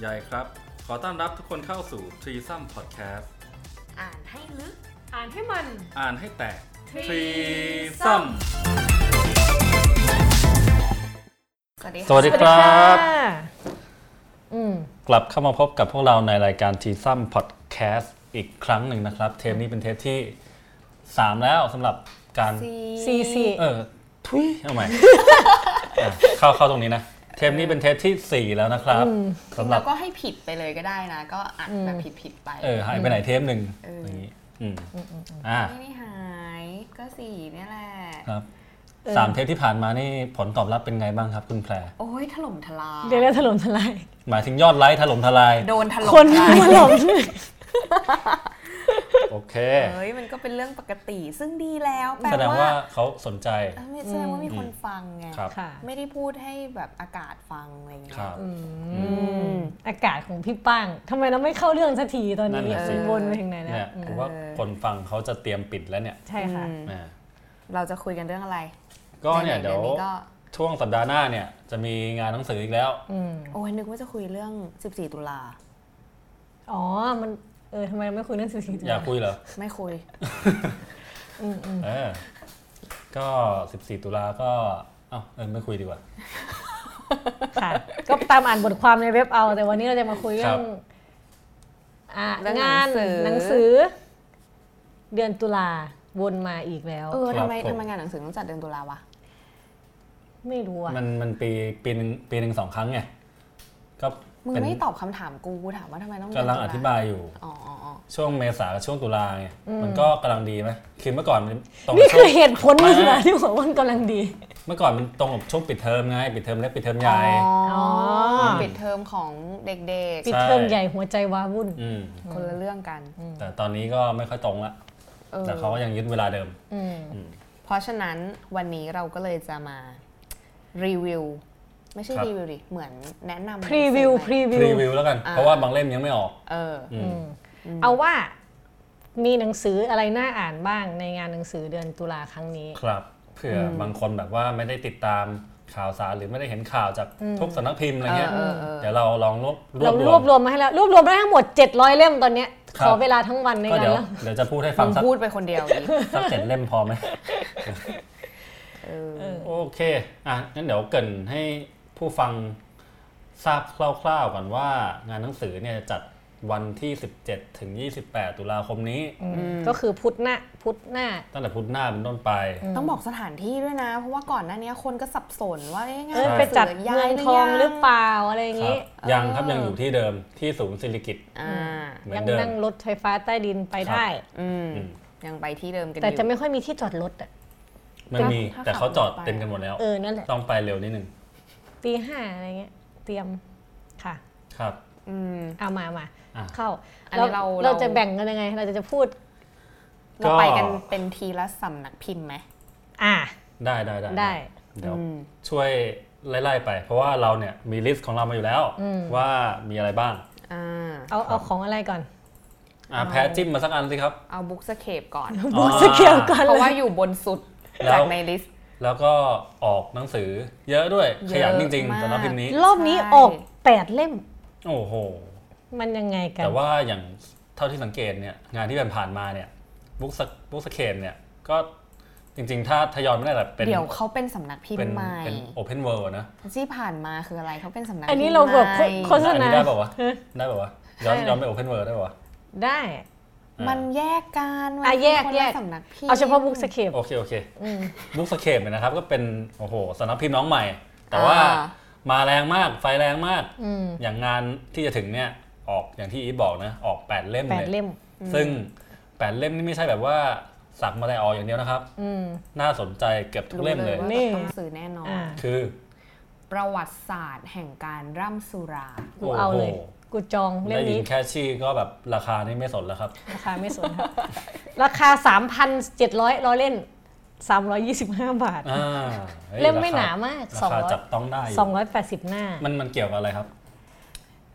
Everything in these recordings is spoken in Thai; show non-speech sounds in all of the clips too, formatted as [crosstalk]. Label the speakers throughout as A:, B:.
A: ใหญ่ครับ ขอต้อนรับทุกคนเข้าสู่ t r e e s o m Podcast
B: อ่านให้ลึก
C: อ่านให้มัน
A: อ่านให้แตก
B: Threesome สวัสดี
A: สวัสดีครับ
C: อืม
A: กลับเข้ามาพบกับพวกเราในรายการ t r e e s o m Podcast อีกครั้งหนึ่งนะครับ เทปนี้เป็นเทปที่ 3 แล้วสำหรับการ
C: ซีซี
A: เออ ทุย [laughs] เอาใหม่ อ่ะเข้าเข้าตรงนี้นะ เทปนี้เป็นเทปทีสี่4 แล้วนะครับสำหรั
B: แล้
A: บ
B: วก็ให้ผิดไปเลยก็ได้นะ ก็อัดแบบผิดผิดๆไป
A: เออ หายไปไหนเทปหนึ่ง
B: เอออ
A: อย่างนี้ อืมอ่า
B: ไม่ได้หายก็สี่เนี่ยแหละ
A: ครับ
C: เออ
A: สามเทปที่ผ่านมานี่ผลตอบรับเป็นไงบ้างครับคุณแพร
B: โอ้ยถล่มทลาย
C: เรียกได้ถล่มทลาย
A: หมายถึงยอดไลค์ถล่มทลาย
B: โดนถล่ม
C: คน
B: ท
C: มา
B: ลาย
C: ถล่ม
A: โอเค
B: เฮ้ยมันก็เป็นเรื่องปกติซึ่งดีแล้วแปล
A: แสดงว่า
B: ว่า
A: เขาสนใจ
B: เอ้ยไม่แสดงว่ามีคนฟังไง
A: ครับ
C: ค่ะ
B: ไม่ได้พูดให้แบบอากาศฟังอะไรอย่าง
A: ค
B: เงี้
A: รั
B: ย
A: บ
C: อืมอากาศของพี่ป้างทำไมเราไม่เข้าเรื่องสักทีตอน
A: นั่น
C: นี้
A: น่ะสิ
C: มันวนไปถึงไหนแล้ว
A: เนี่ยผมว่าคนฟังเขาจะเตรียมปิดแล้วเนี่ย
C: ใช่ค่ะ
B: อืม
A: อ่า
B: เราจะคุยกันเรื่องอะไร
A: ก็เนี่ย
B: ไหๆ
A: เดี๋ยว
B: นี้ก็
A: ช่วงสัปดาห์หน้าเนี่ยจะมีงานหนังสืออีกแล้ว
C: อืม
B: โอ้ยนึกว่าจะคุยเรื่อง 14 ตุลา
C: อ๋อ มัน เออทำไมเราไม่คุยเรื่องสิ่งนี้
A: อยากคุยเหรอ
B: ไม่คุย
A: เออ ก็ 14 ตุลาก็ เอ้าเออไม่คุยดีกว่า
C: ค่ะ ก็ตามอ่านบทความในเว็บเอา แต่วันนี้เราจะมาคุยเรื่อง
A: ครับ
C: อ่ะ
B: เรื่อง
C: งาน
B: หนังสือ
C: หนังสือ เดือนตุลาวนมาอีกแล้ว
B: เออ
A: ครับ
B: ทำไม
A: ผม
B: ทำไมงานหนังสือต้องจัดเดือนตุลาวะ
C: ไม่รู้อ่ะ
A: มันมันปีปีหนึ่งปีหนึ่งสองครั้งไง ก็
B: มึง
A: เป็น
B: ไม่ตอบคำถามกูกูถามว่าทำไมต้องเดืน
A: กำลังอธิ
B: ตุล
A: บายอยู่
B: อ๋ออ๋ออ๋อ
A: ช่วงเมษากับช่วงตุลาไง มันก็กำลังดีไหมคือเมื่อก่อนมันตรง
C: นี่
A: ช่
C: คื
A: ว
C: อง เหตุผลมันเหรอที่บอกว่ามันกำลังดี
A: เมื่อก่อนมันตรงกับช่วงปิดเทอมไง ปิดเทอมเล็กปิดเทอมใหญ่
B: อ๋ออ
C: อ
B: ปิดเทอมของเด็ก
C: ปิดเทอมใหญ่หัวใจว้าวุ่น
A: อืม
B: ๆ คนละเรื่องกัน
A: แต่ตอนนี้ก็ไม่ค่อยตรงละ
B: เออ
A: แต่เขาก็ยังยึดเวลาเดิม
B: เพราะฉะนั้นวันนี้เราก็เลยจะมารีวิว ไม่ใช่
A: ครับ
B: รีวิวดิ เหมือนแนะนำ
C: พรีวิว
B: หนัง
C: พ
B: สือใหม่
A: รี
C: รีวิว
A: วิวแล้วกัน เพราะว่าบางเล่มยังไม่ออก
B: เอออ
C: เอาว่ามีหนังสืออะไรน่าอ่านบ้างในงานหนังสือเดือนตุลาครั้งนี้
A: ครับ เผื่อบางคนแบบว่าไม่ได้ติดตามข่าวสารหรือไม่ได้เห็นข่าวจากทุกสำนักพิมพ์อะไรเงี้ย เดี๋ยวเราลองรวบรว
C: เรา
A: บร
C: ร
A: ว
C: ว
A: ม
C: บรวมมาให้แล้ว รวบรวมได้ทั้งหมด 700 เล่มตอนเนี้ย
A: ครั
C: ข
A: บ
C: อเวลาทั้งวันใน
A: ก็
C: กา
A: เดี๋ย
C: ร
A: ว
C: เล่า
A: เดี๋ยวจะพูดให้
B: มึ
A: ฟัง
B: ง
A: สัก
B: พูดไปคนเดียวอีก
A: สักเจ็ดเล่มพอไหม
B: เออ
A: โอเค อ่ะ งั้นเดี๋ยวเกรินให้ผู้ฟังทราบคร่าวๆก่อนว่างานหนังสือเนี่ยจัดวันที่ 17 ถึง 28 ตุลาคมนี้
C: ก็คือพุทธหน้าพุทธหน้า
A: ตั้งแต่พุธหน้าเป็นต้นไป
B: ต้องบอกสถานที่ด้วยนะ เพราะว่าก่อนหน้านี้คนก็สับสนว่าเอ๊ะงา
C: เอน อ
B: หนั
C: ไปจัด
B: สื
C: เมือง
B: ยั
C: ทองหรือเปล่าอะไรอย่าง
A: ครับ
C: งี้
A: ยังครับยังอยู่ที่เดิมที่ศูนย์ศิริกิต
B: อ่า
A: เหมือ
C: ยั
A: น
C: ง
A: เดิม
C: นั่งรถไฟฟ้าใต้ดินไป
A: ครับ
C: ได้
B: อืมยังไปที่เดิมกันอ
C: แต่
B: ยู่
C: จะไม่ค่อยมีที่จอดรถอ่ะ
A: มันมี
B: ถ้าขับ
A: แต่เขาจอด
B: รถไป
A: เต็มกันหมดแล้ว
C: เออนั่นแหละ
A: ต้องไปเร็วนิดนึง
C: ตีห้าอะไรเงี้ยเตรียมค่ะ
A: ครับ
B: อืม
C: เอามามา
A: อ่ะ
C: เข้า
B: อันนี้เรา
C: เรา
B: เรา
C: จะแบ่งกันยังไง เราจะจะพูด
B: เราไปกันเป็นทีละสำนักพิมพ์ไหม
C: อ่ะ
A: ได้ได้ได้
C: ได้
A: เดี๋ยวช่วยไล่ๆไป เพราะว่าเราเนี่ยมีลิสต์ของเรามาอยู่แล้ว ว่ามีอะไรบ้าง
B: อ่า
C: เอาเอาของอะไรก่อน
A: อ่ะแพ้จิ้มมาสักอันสิครับ
B: เอาบุ๊กสเคปก่อน
C: บูสเกียวก่อน
B: เพราะว่าอยู่บนสุด
A: แล้ว
B: จากในลิสต์
A: แล้วก็ออกหนังสือเยอะด้วยข
B: เยอะ
A: ยันจริง
B: มาก
A: ๆสำหรับพิมพ์นี้
C: รอบนี้
B: ใช่
C: ออก 8 เล่ม
A: โอ้โห
C: มันยังไงกัน
A: แต่ว่าอย่างเท่าที่สังเกตเนี่ยงานที่ผ่านๆมาเนี่ยบุ๊กสบุ๊กสเคมเนี่ยก็จริงๆ ถ้าทยอยไม่ได้แบบเป็น
B: เดี๋ยวเขาเป็นสำนักพิม
A: เป็น
B: พ์ใหม่
A: เป็นโอเพนเวิลด์นะ
B: ที่ผ่านมาคืออะไรเขาเป็นสำนัก
C: อันนี้
B: พิมพ์
C: เราแบบ
B: ใหม่
C: โฆษ
A: อันนี้ได้ป่าวะ
C: เออ
A: ได้ป่าวะย้อนย้อนไปโอเพนเวิลด์ได้ป่าวะ
C: ได้
B: มันแยกกันมัน
C: อ่ะแยก
B: คน
C: แย
B: ละ
C: ก
B: สำนักพิมพ์
C: เอาเฉพาะบุ๊กสเคป
A: โอเคโอเคบุ๊กสเคมเนี่ยนะครับก็เป็นโอ้โหสำนักพิมพ์น้องใหม่ แต่
B: อ่า
A: ว่ามาแรงมากไฟแรงมากอย่างงานที่จะถึงเนี่ยออกอย่างที่อีฟบอกนะออกแปดเล่ม
C: แป
A: เล
C: ด
A: ย
C: เล่ม
A: ซึ่งแปดเล่มนี่ไม่ใช่แบบว่าสักมาแต่ออกอย่างเดียวนะครับ
C: อืม
A: น่าสนใจเกือบทุก
B: รู้
A: เล่มเลย
B: ว่า
C: นี่
B: ต้องซื้อแน่นอน
C: อ่า
A: คือ
B: ประวัติศาสตร์แห่งการร่ำสุรา
C: กูเอาเลย
A: โโห
C: กูจองเล่
A: ได้
C: ม
A: ยิน
C: นี้
A: แค่ชื่อก็แบบราคานี่ไม่สนแล้วครับ
C: ราคาไม่สนครับ [laughs] ราคา 3,700ร้อยเล่น 325 บาท
A: อ่าฮ้ย
C: เล่มไม่
A: รค
C: หนามาก
A: รา
C: สอง
A: คา
C: ร้อย
A: จับต้องได้อยู่
C: 280 หน้า
A: มันมันเกี่ยวกับอะไรครับ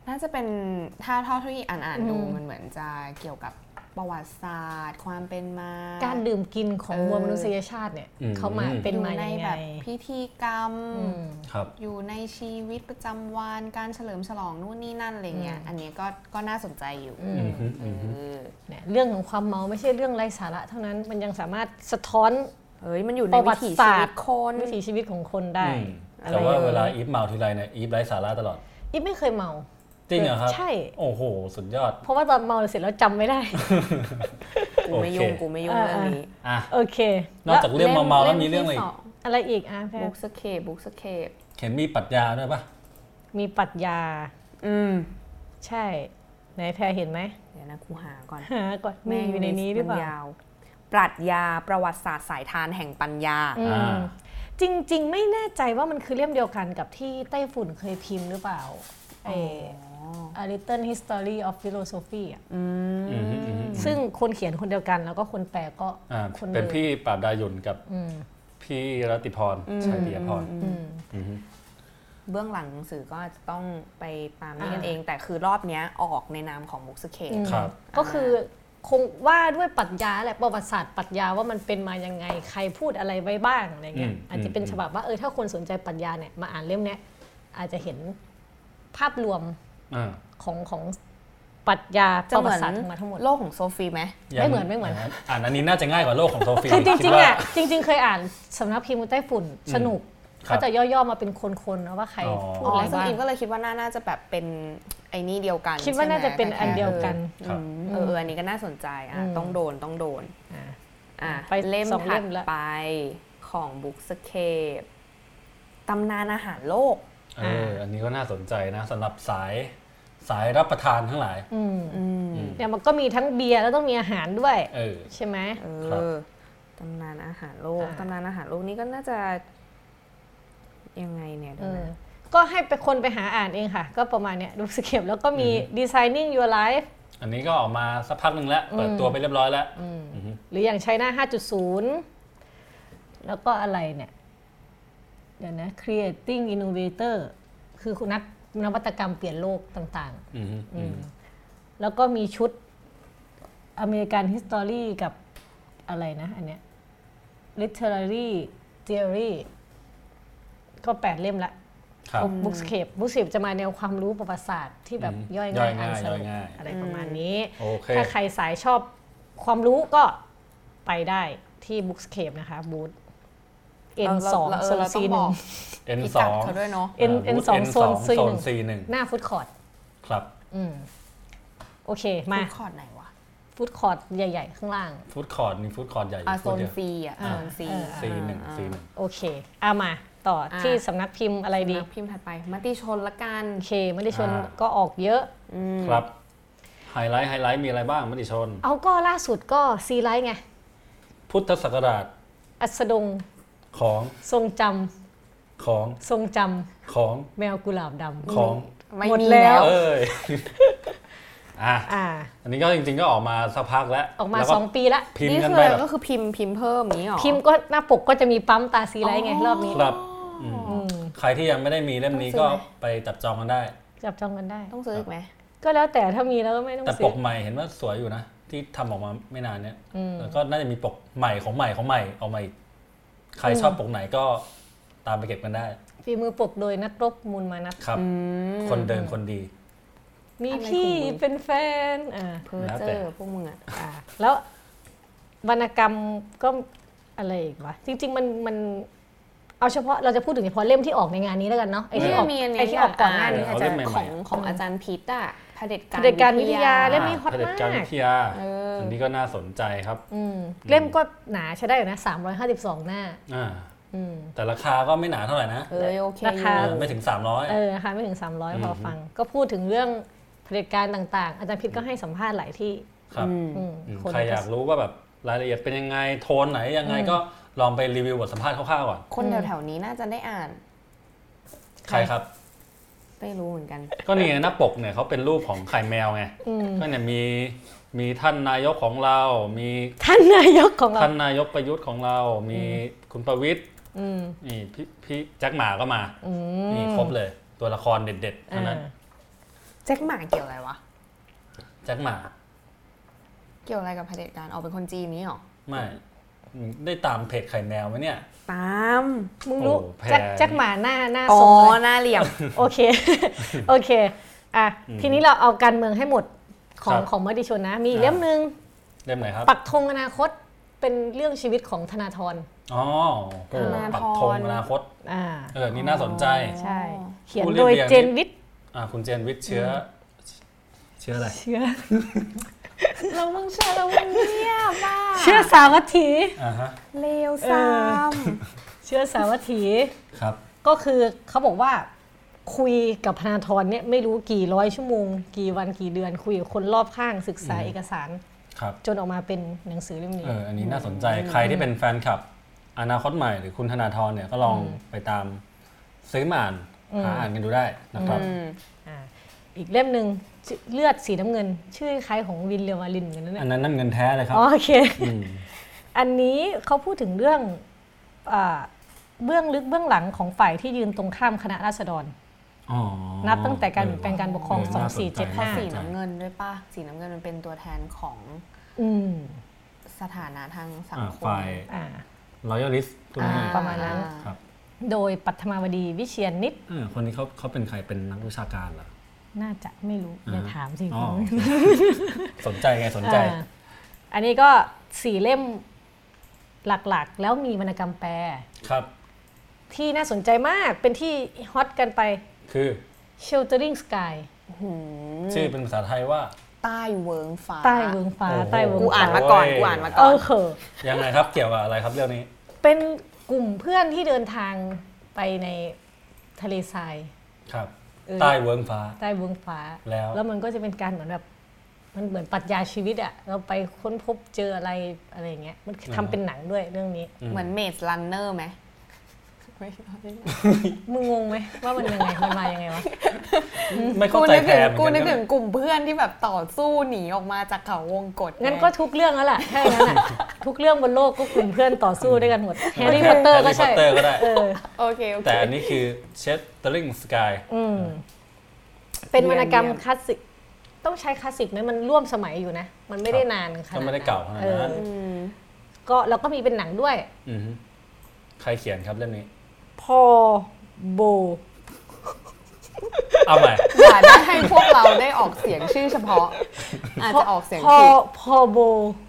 B: น่าจะเป็นถ้าเท่าที่อ่านๆดูมันเหมือนจะเกี่ยวกับ ประวัติศาสตร์ ความเป็นมา
C: การดื่มกินของ
B: เออ
C: มวลมนุษยชาติเนี่ย
A: อืม
C: เขามาเป็นมา
B: อยู่ใน
C: ยังไง
B: แบบพิธีกรรม
C: อืม
A: ครับ
B: อยู่ในชีวิตประจำวันการเฉลิมฉลองนู่นนี่นั่นอะไรเงี้ย
C: อืม
B: อันเนี้ยก็ก็น่าสนใจอยู่
C: อื
A: อื
C: ม
A: มฮึ
B: เอ
A: อืมฮึ
B: อ
C: เนี่ยเรื่องของความเมาไม่ใช่เรื่องไร้สาระเท่านั้นมันยังสามารถสะท้อน
B: เฮ้ยมันอยู่ใน
C: ประวั
B: วิ
C: ติ
B: ถี
C: ศา
B: ชีวิ
C: สตร์
B: ตคน
C: วิถีชีวิตของคนได้
A: อืม
B: อะไร
A: แต่ว่า
B: เอ่ย
A: เวลาอีฟเมาทีไรเนี่ยอีฟไร้สาระตลอด
C: อีฟไม่เคยเมา
A: จริงเหรอครับ
C: ใช่
A: โอ้โห สุดยอด
C: เพราะว่าตอนเมาเสร็จแล้วจำไม่ได้ [laughs]
B: กูไม่
A: โอเค
B: ยุ่งกูไม่ยุ่งเรื่องนี้
A: อ่ะ
C: โอเคน
A: อกจากเรื่องเมาๆแล้วมีเรื่องอะไร
B: ที่
A: อี
B: ส
A: ก
C: อะไรอีกอ่ะแพ
B: บุ๊
C: ท
B: กสเคปบุ๊กสเคป
A: เห็นมีปรัชญาด้วยปะ
C: มีปรัชญา
B: อืม
C: ใช่ไหนแพรเห็นไหม [laughs]
B: เดี๋ยวนะกูหาก่อน
C: หาก่อนมีอยู่ในนี้หรือเปล่า
B: มันยวปรัชญาประวัติศาสตร์สายทานแห่งปัญญา
C: อืม
A: อ่า
C: จริง ๆ ไม่แน่ใจว่ามันคือเล่มเดียวกันกับที่ไต้ฝุ่นเคยพิมพ์หรือเปล่าไอ A Little History of Philosophy อะ
B: อืม
A: อืมฮึอืมฮึ
C: ซึ่งคนเขียนคนเดียวกันแล้วก็คนแปลก็
A: อ่า
C: คน
A: เป็น
C: ดิม
A: พี่ปราบดาหยุ่นกับ
C: อืม
A: พี่รัติพรชัยปิยพร
C: อืม
A: อืมฮึ
B: เบื้องหลังหนังสือก็อาจจะต้องไปตามนี้กัน
C: อ่า
B: เอง แต่คือรอบเนี้ยออกในนามของบุ๊กสเคป
C: อืม
A: ครับ
C: ก็คือคงว่าด้วยปรัชญาแหละประวัติศาสตร์ปรัชญาว่ามันเป็นมายังไงใครพูดอะไรไว้บ้างอะไรเงี้ย
A: อืม
C: อาจจะเป็น
A: อืม
C: ฉบับว่าเออถ้าคนสนใจปรัชญาเนี่ยมาอ่านเล่มเนี้ยอาจจะเห็นภาพรวม
A: อ่า
C: ของของปรัชญา
B: จะ
C: ประ
B: เหมือน
C: วัติศาสตร์ทั้งมาทั้งหมด
B: โลกของโซฟีไหม
A: ยัง
C: ไม่เหมือนไม่เหมือน
A: ะอ่านอันนี้น่าจะง่ายกว่าโลกของโซฟี
C: คือจ
A: คิ
C: ริ
A: ด
C: งๆ
A: ว่า
C: อ่ะจริง ๆ เคยอ่านสำนักพิมพ์ไต้ฝุ่นสนุก
A: ครับ
C: เขาจะย่อๆมาเป็นคนๆนะว่าใคร
A: อ๋อ
C: พูด
B: อ๋อ
C: อะไร
B: ซึ่ง
C: บ้าง
B: อิมก็เลยคิดว่าน่าน่าจะแบบเป็นไอ้นี่เดียวกัน
C: คิดว่า
B: ใช่ไหม
C: น่าจะเป็นอันเดียวกัน
A: ครับ
B: อืมเออเอออันนี้ก็น่าสนใจอ่ะ
C: อืม
B: ต้องโดนต้องโดน
C: อ่า
B: อ่ะ
C: ไป
B: เล่ม
C: สอง
B: ถั
C: เล่
B: ด
C: มละ
B: ไปของบุ๊กสเคปตำนานอาหารโลก
A: เอออันนี้ก็น่าสนใจนะสำหรับสายสายรับประทานทั้งหลาย
C: อืม
B: อืม
A: อืม
C: เนี่ยมันก็มีทั้งเบียร์แล้วต้องมีอาหารด้วย
A: เออ
C: ใช่ไหม
B: เอ
A: ครับ
B: อตำนานอาหารโลก
C: อ่า
B: ตำนานอาหารโลกนี่ก็น่าจะยังไงเนี่ยเดี๋ยวนะ
C: ก็ให้ไปคนไปหาอ่านเองค่ะ ก็ประมาณเนี้ยดูสเก็บแล้วก็มี designing your life
A: อันนี้ก็ออกมาสักพักหนึ่งแล้วเปิดตัวไปเรียบร้อยแล้วอือฮึ
C: หรืออย่างใช้หน้า 5.0 แล้วก็อะไรเนี่ย เดี๋ยวนะ creating innovator คือคุณนักนวัตกรรมเปลี่ยนโลกต่าง
A: อือฮึอือฮึ
C: ๆ แล้วก็มีชุดอเมริกัน history กับอะไรนะ อันเนี้ย literary theory ก็แปดเล่มละ
A: ครับ
C: บุ๊กสเคปบุ๊กสเคปจะมาแนวความรู้ประวัติศาสตร์ที่แบบ
A: อืม
C: ย่อย
A: ย่
C: ง่า
A: อย ย
C: อ่า
A: ง่านย
C: ส
A: ย่
C: นุ
A: อก ยง่าย
C: อะไรประมาณนี้
A: โอเค
C: ถ้าใครสายชอบความรู้ก็ไปได้ที่บุ๊กสเคปนะคะบูธ N สอง
B: เรา
C: โซ
B: เรา
C: น
B: เราต้
C: ซี
B: อง
C: ห
B: บ
C: นึ่
B: อง ก
A: N
B: พิ
A: ส
B: กั
A: อ
B: ด
A: ง
B: เขาด้วยเนาะ
C: N N สองโซน C
A: โซ
C: หนึ่
A: น
C: ง
A: ซีหนึ่ง
C: หน้าฟุตคอร์ด
A: ครับ
C: อืมโอเค มา
B: ฟุตคอร์ดไหนวะ
C: ฟุตคอร์ดใหญ่ ๆ ข้างล่าง
A: ฟู้ดคอร์ดมีฟู้ดคอร์ดใหญ่
B: อ่ะโซน
A: เดียว
B: ซีอ่ะโซนซี
C: อ่า
A: ซีหนึ่งซีหนึ่ง
C: โอเคเอามาต่ออา ที่สำนักพิมพ์อะไรดี
B: นักพิมพ์ถัดไปมติชนละกัน
C: โอเคไม่ได้ชน
A: อ่า
C: ก็ออกเยอะ
B: อืม
A: ครับ ไฮไลท์ไฮไลท์มีอะไรบ้างมติชน
C: เอาก็ล่าสุดก็ซีไลท์ไง
A: พุทธศักราช
C: อัสดง
A: ของ
C: ทรงจำ
A: ของ
C: ทรงจำ
A: ของ
C: แมวกุหลาบดำ
A: ของ
B: ไม่
C: หมด
B: มี
C: แล้
B: แล้ว ว
A: เอ้ย [laughs] อ่ะ
C: อ่า
A: อันนี้ก็จริงๆก็ออกมาสักพักแล้ว
C: ออกมา
A: แล้ว
C: 2 ปีละ
A: พิมพ์
B: นี่
A: กัน
B: คือ
A: ไป
B: อะไร
A: แบบ
B: ก็คือพิมพ์พิมพ์เพิ่มนี้หรอ
C: พิมพ์ก็หน้าปกก็จะมีปั๊มตาซีไลท์ไง
B: อ๋อ
C: รอบนี้
A: ครับอืมใครที่ยังไม่ได้มีเล่มนี้
B: ต้องซื้อ
A: ก็
B: ไหม
A: ไปจับจองกันได้
C: จับจองกันได้
B: ต้องซื้ออีกไหม
C: ก็แล้วแต่ถ้ามีแล้วก็ไม่ต้อง
A: แต่
C: ซื้
A: ป
C: อก
A: ใหม่เห็นว่าสวยอยู่นะ ที่ทำออกมาไม่นานเนี้ยแล้วก็น่าจะมีปกใหม่ของใหม่ของใหม่เอามาอีกใครชอบปกไหนก็ตามไปเก็บกันได้
C: ฝีมือปกโดยนักรบมูลมานัท
A: ครับ คนเดิมคนดี
C: มี
B: อะไร
C: พี่
B: ของมึง
C: เป็นแฟน อ่า
B: เพอ
A: แล้ว
B: เจ
A: แต่
B: อพวกมึงอ่ะ
C: อ่า แล้ววรรณกรรมก็อะไรอีกวะ จริง ๆ มันมันเอาเฉพาะเราจะพูดถึงเฉพาะเล่มที่ออกในงานนี้แล้วกันเนาะไอ้ที่
B: เนี่ย
C: ออก
B: มีอันเนี้ย
C: ไอ้ที่ออกก่อนหน้านี้
A: เอ
B: เยจ
A: อเอา
B: จะ
A: เล่มใหม่ๆ
B: ของของอาจารย์พิษอ่ะเผด็จการ
C: เผด็จการวิทยาเล่มนี้ฮอต
A: เผด็จ
C: มาก
A: การวิทยา
B: เอออ
A: อันนี้ก็น่าสนใจครับ
C: อืมเล่มก็หนาใช้ได้อยู่นะ 352 หน้า
A: อ่า
C: อืม
A: แต่ราคาก็ไม่หนาเท่าไหร่นะ
B: เออโอเค
C: รา
B: อ
C: คา
B: ยู่
A: เออไม่ถึง 300
C: เออนะคะไม่ถึง 300 พอ
A: ม
C: ฟัง ก็พูดถึงเรื่องเผลิตการต่างๆ อาจารย์พิษก็ให้สัมภาษณ์หลายที่
A: ครับ
B: อืม
C: อืม
A: อืม
C: น
A: ใครอยากรู้ว่าแบบรายละเอียดเป็นยังไง โทนไหนยังไงก็ลองไปรีวิวบทสัมภาษณ์คร่าวๆก่อน
B: คนแถวๆนี้น่าจะได้อ่าน
A: ใครครับ
B: ไม่รู้เหมือนกัน
A: ก็นี่ไงหน้าปกเนี่ยเขาเป็นรูปของไข่แมวไง
C: อืม
A: ก็เนี่ยมีมีท่านนายกของเรา มี
C: ท่านนายกของเรา
A: ท่านนายกประยุทธ์ของเรา มีคุณประวิทย์
C: อืม
A: นี่พี่พี่แจ็คหมาก็มา
C: อื
A: นี่
C: ม
A: ครบเลย ตัวละครเด็ดๆทั้งนั้น
C: อ่า
B: แจ็คหมาเกี่ยวอะไรวะ
A: แจ็คหมา
B: เกี่ยวอะไรกับเผด็จการออกเป็นคนจีนนี้หรอ
A: ไม่ได้ตามเพจไข่แมวไหมเนี่ย
B: ตาม
C: มึงรู้
A: โอ้แพง
C: แจ็คแจ็คหมาหน้าหน้า
B: อ๋อ
C: ทรงอะไร
B: หน้าเหลี่ยม
C: โอเค [laughs] โอเค อ่ะ ทีนี้เราเอาการเมืองให้หมดของ
A: ครับ
C: ของมติชนนะ มีอีก
A: อ่า
C: เล่มหนึ่ง
A: เล่มไหนครับ
C: ปักธงอนาคตเป็นเเรื่องชีวิตของธนาธร
A: อ๋อโอ้โห
B: ธนาธร
A: ปักธงอนาคต
C: อ่า
A: เออ นี่น่าสนใจ
C: ใช่ เขียน
A: ผู้เรียบ
C: โดย
A: เรียง
C: เจนวิทย์
A: อ่าคุณเจนวิทย์เชื้อ เชื้ออะไร
C: เชื้อ
B: เรามึงเชื่อเรามึงเนี่ยบ้า
C: เชื้อสาวัตถี
A: อ่าฮะ
B: เลวซ้
C: เชื้อสาวัตถี
A: ครับ
C: ก็คือเขาบอกว่าคุยกับธนาธรเนี่ยไม่รู้กี่ร้อยชั่วโมง กี่วันกี่เดือนคุยกับคนรอบข้างศึกษาเอกสาร
A: ครับ
C: จนออกมาเป็นหนังสือเล่มนี้
A: เออ อันนี้น่าสนใจ ใครที่เป็นแฟนคลับ อนาคตใหม่หรือคุณธนาธรเนี่ย ก็ลองไปตามซื้อมาอ่านหาอ่านกันดูได้นะครับ
B: ำอืม
C: อ่าอีกเล่มหนึ่งชื่อเลือดสีน้ำเงิน ชื่อคล้ายของวินเรียวาลินเหมือนกันนะเนี่
A: อั
C: ย
A: นนั้นนั่นเงินแท้เลยครับ
C: อ๋อโอเค
A: ม
C: อันนี้เขาพูดถึงเรื่องอาเบื้องลึกเบื้องหลังของฝ่ายที่ยืนตรงข้ามคณะราษฎร
A: อ๋อ
C: นับตั้งแต่การเปลี่ยนแปลงการปกครอง
A: เน่าใจ
C: 2475
A: น่า
B: สี
A: ใจ
B: น้ำเงินด้วยป่ะ สีน้ำเงินมันเป็นตัวแทนของ
C: อืม
B: สถานะทางสัง
A: อ่า
B: คม
A: ฝ่าย
C: อ่า
A: รอยัลลิสต์
B: อ่า
C: ประมาณนั้น
A: ครับ
C: โดยปัทมาวดีวิเชียนนิด
A: อ่าคนนี้เขาเขาเป็นใครเป็นนักวิชาการเหรอ
C: น่าจะไม่รู้อย่าถามสิ
A: อ๋ [laughs]
C: คุ
A: อ
C: ณ
A: สนใจไงสนใจ
C: อ่าอันนี้ก็สี่เล่มหลักๆ แล้วมีวรรณกรรมแปล
A: ครับ
C: ที่น่าสนใจมากเป็นที่ฮอตกันไป
A: คือ
C: Sheltering Sky
B: หืม
A: ชื่อเป็นภาษาไทยว่า
B: ใต้เวิงฟ้า
C: ใต้เวงฟ้า
A: โอ้โห
C: ใต้เวง
B: กู
C: ฟ้า
B: อ่านมาก่อน
A: โอ้ย
B: กูอ่านมา
C: เอ
B: ก่อน
C: อเขอ
A: ยังไงครับ เกี่ยวกับอะไรครับเรื่องนี้
C: เป็นกลุ่มเพื่อนที่เดินทางไปในทะเลทราย
A: ครับ
C: เออ
A: ใต้เวิร์งฟ้า
C: ใต้เวงฟ้า
A: แล้ว
C: แล้วมันก็จะเป็นการเหมือนแบบมันเหมือนปรัชญาชีวิตอะเราไปค้นพบเจออะไรอะไรอย่างเงี้ยมันทำเป็นหนังด้วยเรื่องนี้
B: เหมือนเมสลันเนอร์ไหมไม่ใช่
C: มึงงงไหมว่ามันยังไง มันมายังไงวะ
A: ไม่เข้า
B: กู
A: ใจ
B: นึก
A: แท
B: ถึง
A: นเหมื
B: กู
A: อน
B: นึ
A: กั
B: ก
A: น
B: ถึง
A: นะ
B: กลุ่มเพื่อนที่แบบต่อสู้หนีออกมาจากเขาวงกต
C: งั้นก็ทุกเรื่องแล้วล่ะถ้าอย่างนั้นอะทุกเรื่องบนโลกก็กลุ่มเพื่อนต่อสู้ด้วย
A: [laughs]
C: กันหมดแฮร์รี่พอตเตอร์ก็ใช่
A: แฮพอตเตอร์ก็ได้
C: เออ
B: โอเค โอเค
A: แต่อันนี้คือเชตเตอร์ลิงสกาย
C: อืมเป็นวรรณกรรม
B: เยี่ยม
C: คลาสสิก ต้องใช้คลาสสิกไหมมันร่วมสมัยอยู่นะ มันไม่ได้นานข
A: ก็
C: นาดนั้น
A: ไม่ได้เก่าขนาดนั้น
C: เออ
B: อืม
C: ก็แล้วก็มีเป็นหนังด้วย
A: มฮึใครเขียนครับเรื่องนี้
C: พอโบ
A: เอาใหม่
B: อย่าได้ให้พวกเราได้ออกเสียงชื่อเฉพาะ อาจจะออกเสียง
C: พอ
B: ผิด
C: พอโบ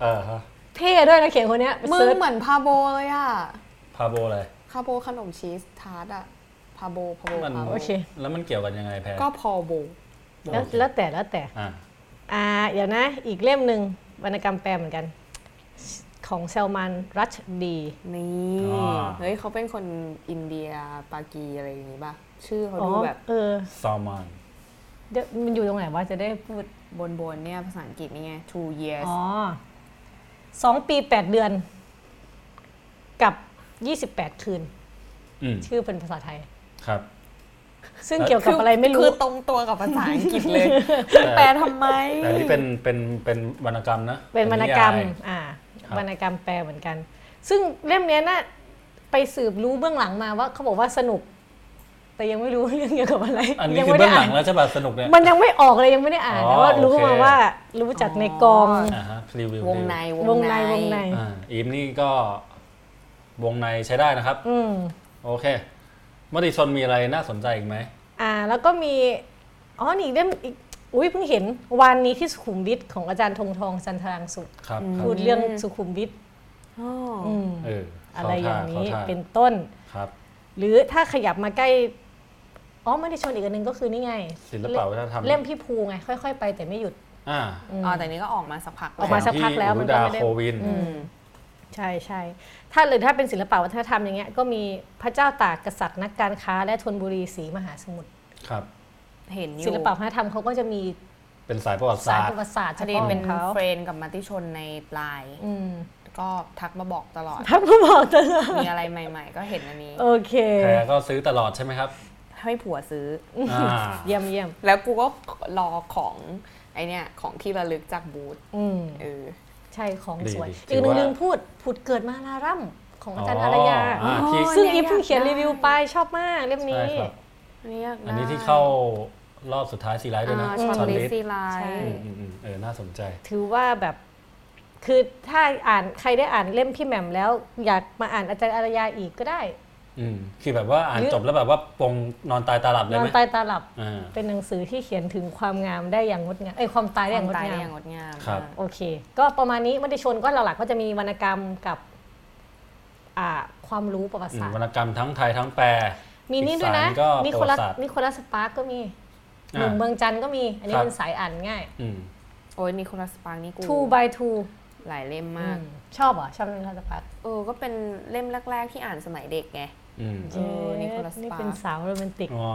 A: เออฮะ
C: เท่ด้วยนะเขียนคนเนี้ยไป
B: มึง
C: เซิร์ช
B: เหมือนพาโบเลยอ่ะ
A: พาโบเลย
B: พาโบขนมชีสทาร์ตอ่ะพาโบพาโบ
A: มัน
B: พาโบ
C: โอเค
A: แล้วมันเกี่ยวกันยังไงแพร
B: ก็พอโบ
C: แล้วแล้วแต่แล้วแต่
A: อ่า
C: อ่า เดี๋ยวนะ อีกเล่มหนึ่งวรรณกรรมแปลเหมือนกัน ของเซลมันรัชดี
B: นี่ เฮ้ยเขาเป็นคนอินเดียปากีอะไรอย่างงี้ป่ะ ชื่อเขา
C: อ๋อ
B: ดูแบบ
C: เออ
A: ซอมอน
C: เดี๋ยวมันอยู่ตรงไหนวะจะได้พูด
B: บนบนๆเนี่ยภาษาอังกฤษนี่ไง two years
C: อ๋อสองปีแปดเดือน กับยี่สิบแปดคืน
A: อืม
C: ชื่อเป็นภาษาไทย
A: ครับ
C: ซึ่งเกี่ยวกับอะไรไม่รู้
B: คือตรงตัวกับภาษาอังกฤษเลย แปลทำไม
A: แต่อันนี่เป็นเป็นเป็นวรรณกรรมนะ
C: เป็นวรรณกรรม
A: นิยาย
C: อ่า
A: ครับ
C: วรรณกรรมแปลเหมือนกัน ซึ่งเล่มเนี้ยน่ะไปสืบรู้เบื้องหลังมาว่าเขาบอกว่าสนุก แต่ยังไม่รู้เรื่องเกี่ยวกับอะไร
A: อันนี้
C: ยั
A: คือ
C: ไม่
A: เบื้องห
C: ได้
A: ลั
C: อ่าง น
A: แล้วใช่ป่ะสนุกเนี่ย
C: มันยังไม่ออกเลยยังไม่ได้อ่าน
A: อ๋อ
C: แต่ว่ารู้
A: โอเค
C: มาว่า รู้จักในกอง
B: อ๋อ
A: อ่าฮะรีวิว
B: วงใน
C: วงในวงใน
A: อ่าอีฟนี่ก็วงในใช้ได้นะครับ
C: อืม
A: โอเคมติชนมีอะไรน่าสนใจอีกไหม
C: อ่าแล้วก็มีอ๋อนี่เล่มอีกอุ้ยเพิ่งเห็นวันนี้ที่สุขุมวิทของอาจารย์ธงทองจันทรังสุข
A: ครับครับ
C: พูดเรื่องสุขุมวิท
B: อ๋อ
C: อืม
A: เอออ
C: อะไรอย่างนี้
A: ข้าท่า
C: เป็นต้น
A: ครับ
C: หรือถ้าขยับมาใกล้อ๋อไม่ได้ชนอีกอันหนึงก็คือนี่ไง
A: ศิลปะวัฒนธรรม
C: เล่มพี่ภูไงค่อยๆ ไปแต่ไม่หยุด
A: อ่า
B: อ๋อแต่นี้ก็ออกมาสักพัก
C: ออกมา
B: แล้
C: สักพักแล้ว
A: ข
C: มั
A: อง
C: น
A: พี่
C: ก็
A: ดา
C: ไม่ได้
A: โควิน
B: อืม
C: ใช่ใช่ถ้าหรือถ้าเป็นศิลปะวัฒนธรรมอย่างเงี้ยก็มีพระเจ้าตากกษัตริย์นักการค้า และธนบุรีศรีมหาสมุทร
A: ครับ
B: เห็นอยู่
C: ศิลปะวัฒนธรรมเขาก็จะมี
A: เป็นสายประวัติ
C: สา
A: ศาย สตร์
C: ประวัติศาสตร์
B: พ
C: เฉ
B: อดี
C: พาะข
B: เป็น
C: องเขา
B: เฟรนด์กับมัติชนในไลน์
C: อืม [laughs]
B: ก็ทักมาบอกตลอด
C: ถ้าผู้บอก [laughs] ตลอด
B: มีอะไรใหม่ ๆ ก็เห็นอันนี้
C: โอเค
A: แพรก็ซื้อตลอดใช่ไหมครับ
B: ให้ผัวซื้อ
A: อ่า
C: เยี่ยมเยี่ยม
B: แล้วกูก็รอของไอเนี่ยของที่ระลึกจากบูธ
C: อืม
B: เออ
C: ใช่ของ
A: ดี
C: สวย
A: ดี
C: อีกห
A: ถื
C: นึ่ง
A: อว่า
C: หนึ่งพูดผุดเกิดมาลาร่ำของอาจารย์อารยา
A: อ๋ออ่าที่
C: ซึ่ง
B: อ๋อเนี่
C: อี
B: ย
C: ฟเพิ่งเขีย
B: อ
C: น
B: ยากได้
C: รีวิวไปชอบมากเล่ม
A: ใช่
C: นี้
A: ครับ
B: อันนี้ยากได้
A: อันนี้ที่เข้ารอบสุดท้ายซีไรต์ด้วยนะ
B: อ่าชอนลิส
A: ต์
B: ซีไล
C: ใช่
B: ท์
A: อืมอืมอืมเออ น่าสนใจ
C: ถือว่าแบบ คือถ้าอ่านใครได้อ่านเล่มพี่แหม่มแล้ว อยากมาอ่านอาจารย์อารยาอีกก็ได้
A: อืมคือแบบว่าอ่าน
C: หรือ
A: จบแล้วแบบว่าปลงนอนตายตาหลับเล
C: น
A: ย
C: อ
A: ไห
C: น
A: ม
C: ตายตาหลับ
A: อ่า
C: เป็นหนังสือที่เขียนถึงความงามได้อย่างงดงามเอ้ยความตายได้อย่างงด
B: ตายได้อ
C: งาม
B: ย่างงดงาม
A: ครับ
C: โอเค ก็ประมาณนี้มติชนก็หลักๆก็จะมีวรรณกรรมกับอ่าความรู้ประวัติ
A: อืม
C: ศาสตร์
A: วรรณกรรมทั้งไทยทั้งแปล
C: มีนี่ด้วยนะ
A: อีสาก็
C: นิโค
A: ประ
C: ลั
A: วั
C: ส
A: ติศาสตร์
C: นิโคลัสสปาร์กก็มีห
A: อ่า
C: นุ่มเมืองจันทร์ก็มี อันนี้
A: ครับ
C: เป็นสายอ่านง่าย
A: อืม
B: โอ้ยนิโคลัสปาร์กนี่กู
C: two by two
B: หลายเล่ม
C: อื
B: มาก
C: มชอบเหรอ่ะชอบนิโคลัสสปาร์ก
B: เออ ก็เป็นเล่มแรก ๆ ที่อ่านสมัยเด็กไง
A: อืม
B: เออ Nicholas
C: นี่เป็น
B: Sparks
C: สาวโรแมนติก
A: อ๋อ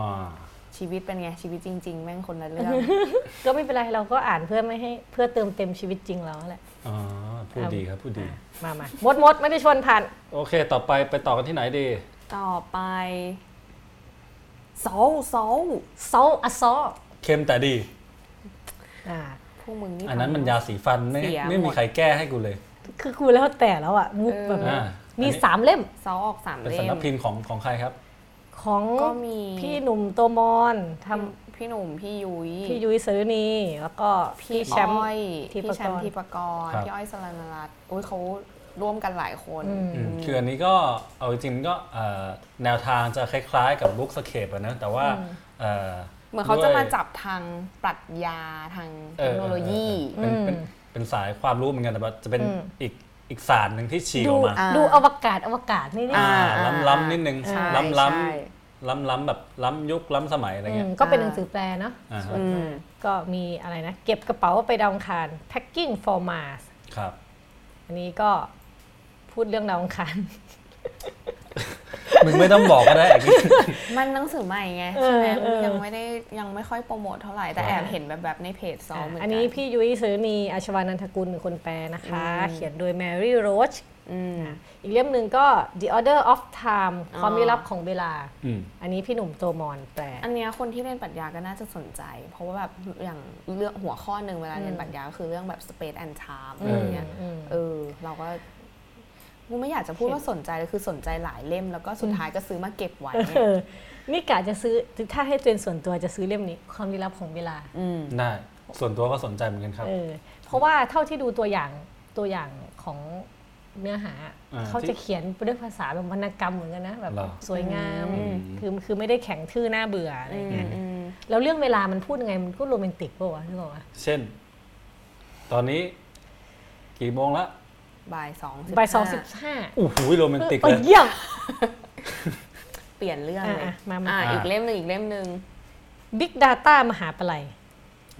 B: ชีวิตเป็นไง ชีวิตจริง ๆ แม่งคนละเรื่อง
C: ก็ไม่เป็นไรเราก็อ่านเพื่อไม่ให้เพื่อเติมเต็มชีวิตจริงเราแหละ
A: อ๋อพูดดีครับพูดดี
C: มามาหมดหมดไม่ได้ชวนผ่าน
A: โอเค ต่อไปไปต่อกันที่ไหนดี
B: ต่อไปโซลโซล
C: โซอะโซ
A: เข้มแต่ดี
C: อ่า
B: พวกมึงนี่
A: อันนั้นมันยาสีฟันไม่
B: เสีย
A: ไม่
B: ห
A: มี
B: มด
A: ใครแก้ให้กูเลย
C: คือกูแล้วแต่แล้วอ่ะ มุก
B: เออ
C: แบบนั้น
A: อ่ามี
C: มีสามเล่ม
B: ซอออกสาม
A: เป็น
B: เล่
A: สำนั
B: ม
A: กพิมพ์ของของใครครับ
C: ของ
B: ก็มี
C: พี่หนุ่มโตมอนท
B: พี่หนุ่ม พี่ยุ้ย
C: ำพี่ยุ้ยสรุณีแล้วก็พี่แชมป์
B: อ้อย
C: ที่
B: พี่
C: ประกรณ์
B: แชมป์ที่ประกรณ์
A: ครับ
B: พี่อ้อยสรันรัตน์โอ้ยเขาร่วมกันหลายคน
C: อืม
A: อืมคืออันนี้ก็เอาจริงๆก็เอ่อแนวทางจะคล้ายๆกับบุ๊กสเคปนะแต่ว่าเอ่อ
B: เหมือนเขาจะมา
A: ด้วย
B: จับทางปรัชญาทางเท
A: เอ
B: ค
A: อ
B: โนโลยี
A: เออเออเป็น
C: อืม
A: เป็นเป็นสายความรู้เหมือนกันแต่ว่าจะเป็น
C: อืม
A: อีกอีกศาสตร์หนึ่งที่ฉีก
C: ดู
A: ออกมา
B: อ่า
C: ดูอวกาศอวกาศนี่นี่
B: อ่า
A: ล้ำล้ำๆนิดนึง
B: ใช่
A: ล้ำล้
B: ใช่
A: ำล้ำล้ำๆแบบล้ำยุคล้ำสมัยอะไร
C: อื
A: เงี้ย
C: มก็เป็นหนังสือแปลเนาะ
A: อ่าฮะ
C: ส่วน
B: อืม
C: ก็มีอะไรนะ เก็บกระเป๋าไปดาวอังคาร packing for Mars
A: ครับ
C: อันนี้ก็พูดเรื่องดาวอัง
B: [laughs]
C: คาร
A: มึงไม่ต้องบอกก็ได้ [laughs] ไอ้กิ๊ก
B: มันหนังสือใหม่ไงใช่ไหม
C: เออเออ
B: ยังไม่ได้ยังไม่ค่อยโปรโมทเท่าไหร่แต่
A: ครับ
B: แอบเห็นแบบแบบๆในเพจซอมเหมือนกั
C: อันนี้พี่ยุ้ยสรุณีอาชวานันทกุลเป็นคนแปลนะคะ เขียนโดยแมรี่โรช
B: อืม
C: อีกเล่มหนึ่งก็ The Order of Time
B: อ๋อ
C: ความลี้ลับของเวลา
A: อืม
C: อันนี้พี่หนุ่มโตมอนแปล
B: อันเนี้ยคนที่เรียนปรัชญาก็น่าจะสนใจ เพราะว่าแบบอย่างเรื่องหัวข้อหนึ่งเวลาเรียนปรัชญาก็คือเรื่องแบบ space and time อะไรอย่างเงี้ย
C: อืม
B: เออ เราก็กูไม่อยากจะพูดว่าสนใจเลยคือสนใจหลายเล่ม แล้วก็สุดท้ายก็ซื้อมาเก็บไว้
C: เออนี่กะจะซื้อ ถ้าให้ตัวเองส่วนตัวจะซื้อเล่มนี้ ความลี้ลับของเวลา
B: อืม
A: ได้ ส่วนตัวก็สนใจเหมือนกันครับ
C: เออ เพราะว่าเท่าที่ดูตัวอย่างตัวอย่างของเนื้อหา
A: อ่า
C: เขาจะเขียนด้วยภาษาแบบวรรณกรรมเหมือนกันนะ แบบ
A: เหรอ
C: สวยงาม
B: อืม
C: คือคือไม่ได้แข็งทื่อหน้าเบื่ออะไรอย่างเงี้ย
B: อืม
C: แล้วเรื่องเวลามันพูดยังไง มันก็โรแมนติกป่าวะนึกออกปะ
A: เช่น ตอนนี้ กี่โมงละ
B: บ่ายสอง
C: บ่ายสองสิ
B: ห้
C: บห้า
A: โอ้โหโรแมนติก
C: เอ
A: เล
C: อย เยี่ยม
B: เปลี่ยนเรื่องเลย
C: อ่ะๆมามา
B: อ่ะ
A: อ่ะ
B: อีกเล่มหนึ่งอีกเล่มหนึ่ง
C: Big Data มหาปลัย